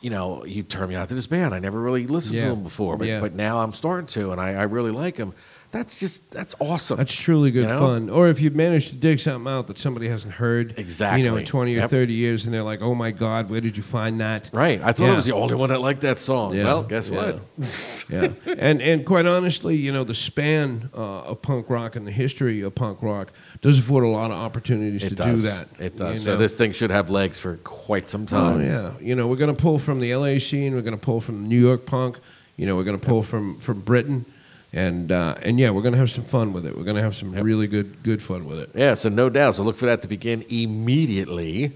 C: you know, you turned me on to this band. I never really listened to
F: Yeah.
C: them before, but
F: Yeah.
C: but now I'm starting to, and I, I really like them. That's just that's awesome.
F: That's truly good
C: You know?
F: fun. Or if you've managed to dig something out that somebody hasn't heard, you know,
C: Exactly.
F: in twenty or
C: Yep.
F: thirty years, and they're like, "Oh my God, where did you find that?"
C: right. I thought I
F: Yeah.
C: was the only one that liked that song.
F: Yeah.
C: Well, guess
F: Yeah.
C: what?
F: Yeah, and and quite honestly, you know, the span uh, of punk rock and the history of punk rock does afford a lot of opportunities to do that.
C: It does.
F: you
C: So
F: know?
C: this thing should have legs for quite some time.
F: Oh yeah, you know, we're gonna pull from the LA scene. We're gonna pull from New York punk. You know, we're gonna pull from from Britain. And uh, and yeah, we're gonna have some fun with it. We're gonna have some
C: Yep.
F: really good good fun with it.
C: Yeah, so no doubt. So look for that to begin immediately.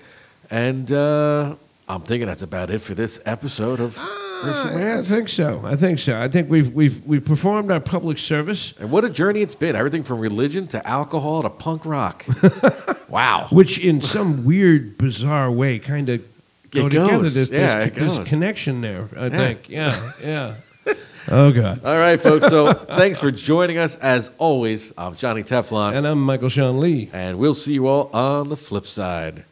C: And uh, I'm thinking that's about it for this episode of Riffs
F: Ah,
C: and
F: I
C: Rants.
F: think so. I think so. I think we've we've we've performed our public service,
C: And what a journey it's been. Everything from religion to alcohol to punk rock. wow.
F: which in some weird, bizarre way kind of go
C: It
F: together.
C: goes.
F: There's, there's-
C: Yeah, it
F: there's
C: goes.
F: connection there. I
C: Yeah.
F: think. Yeah, yeah. oh God.
C: All right, folks. So thanks for joining us. As always, I'm Johnny Teflon,
F: And I'm Michael Sean Lee.
C: and we'll see you all on the flip side.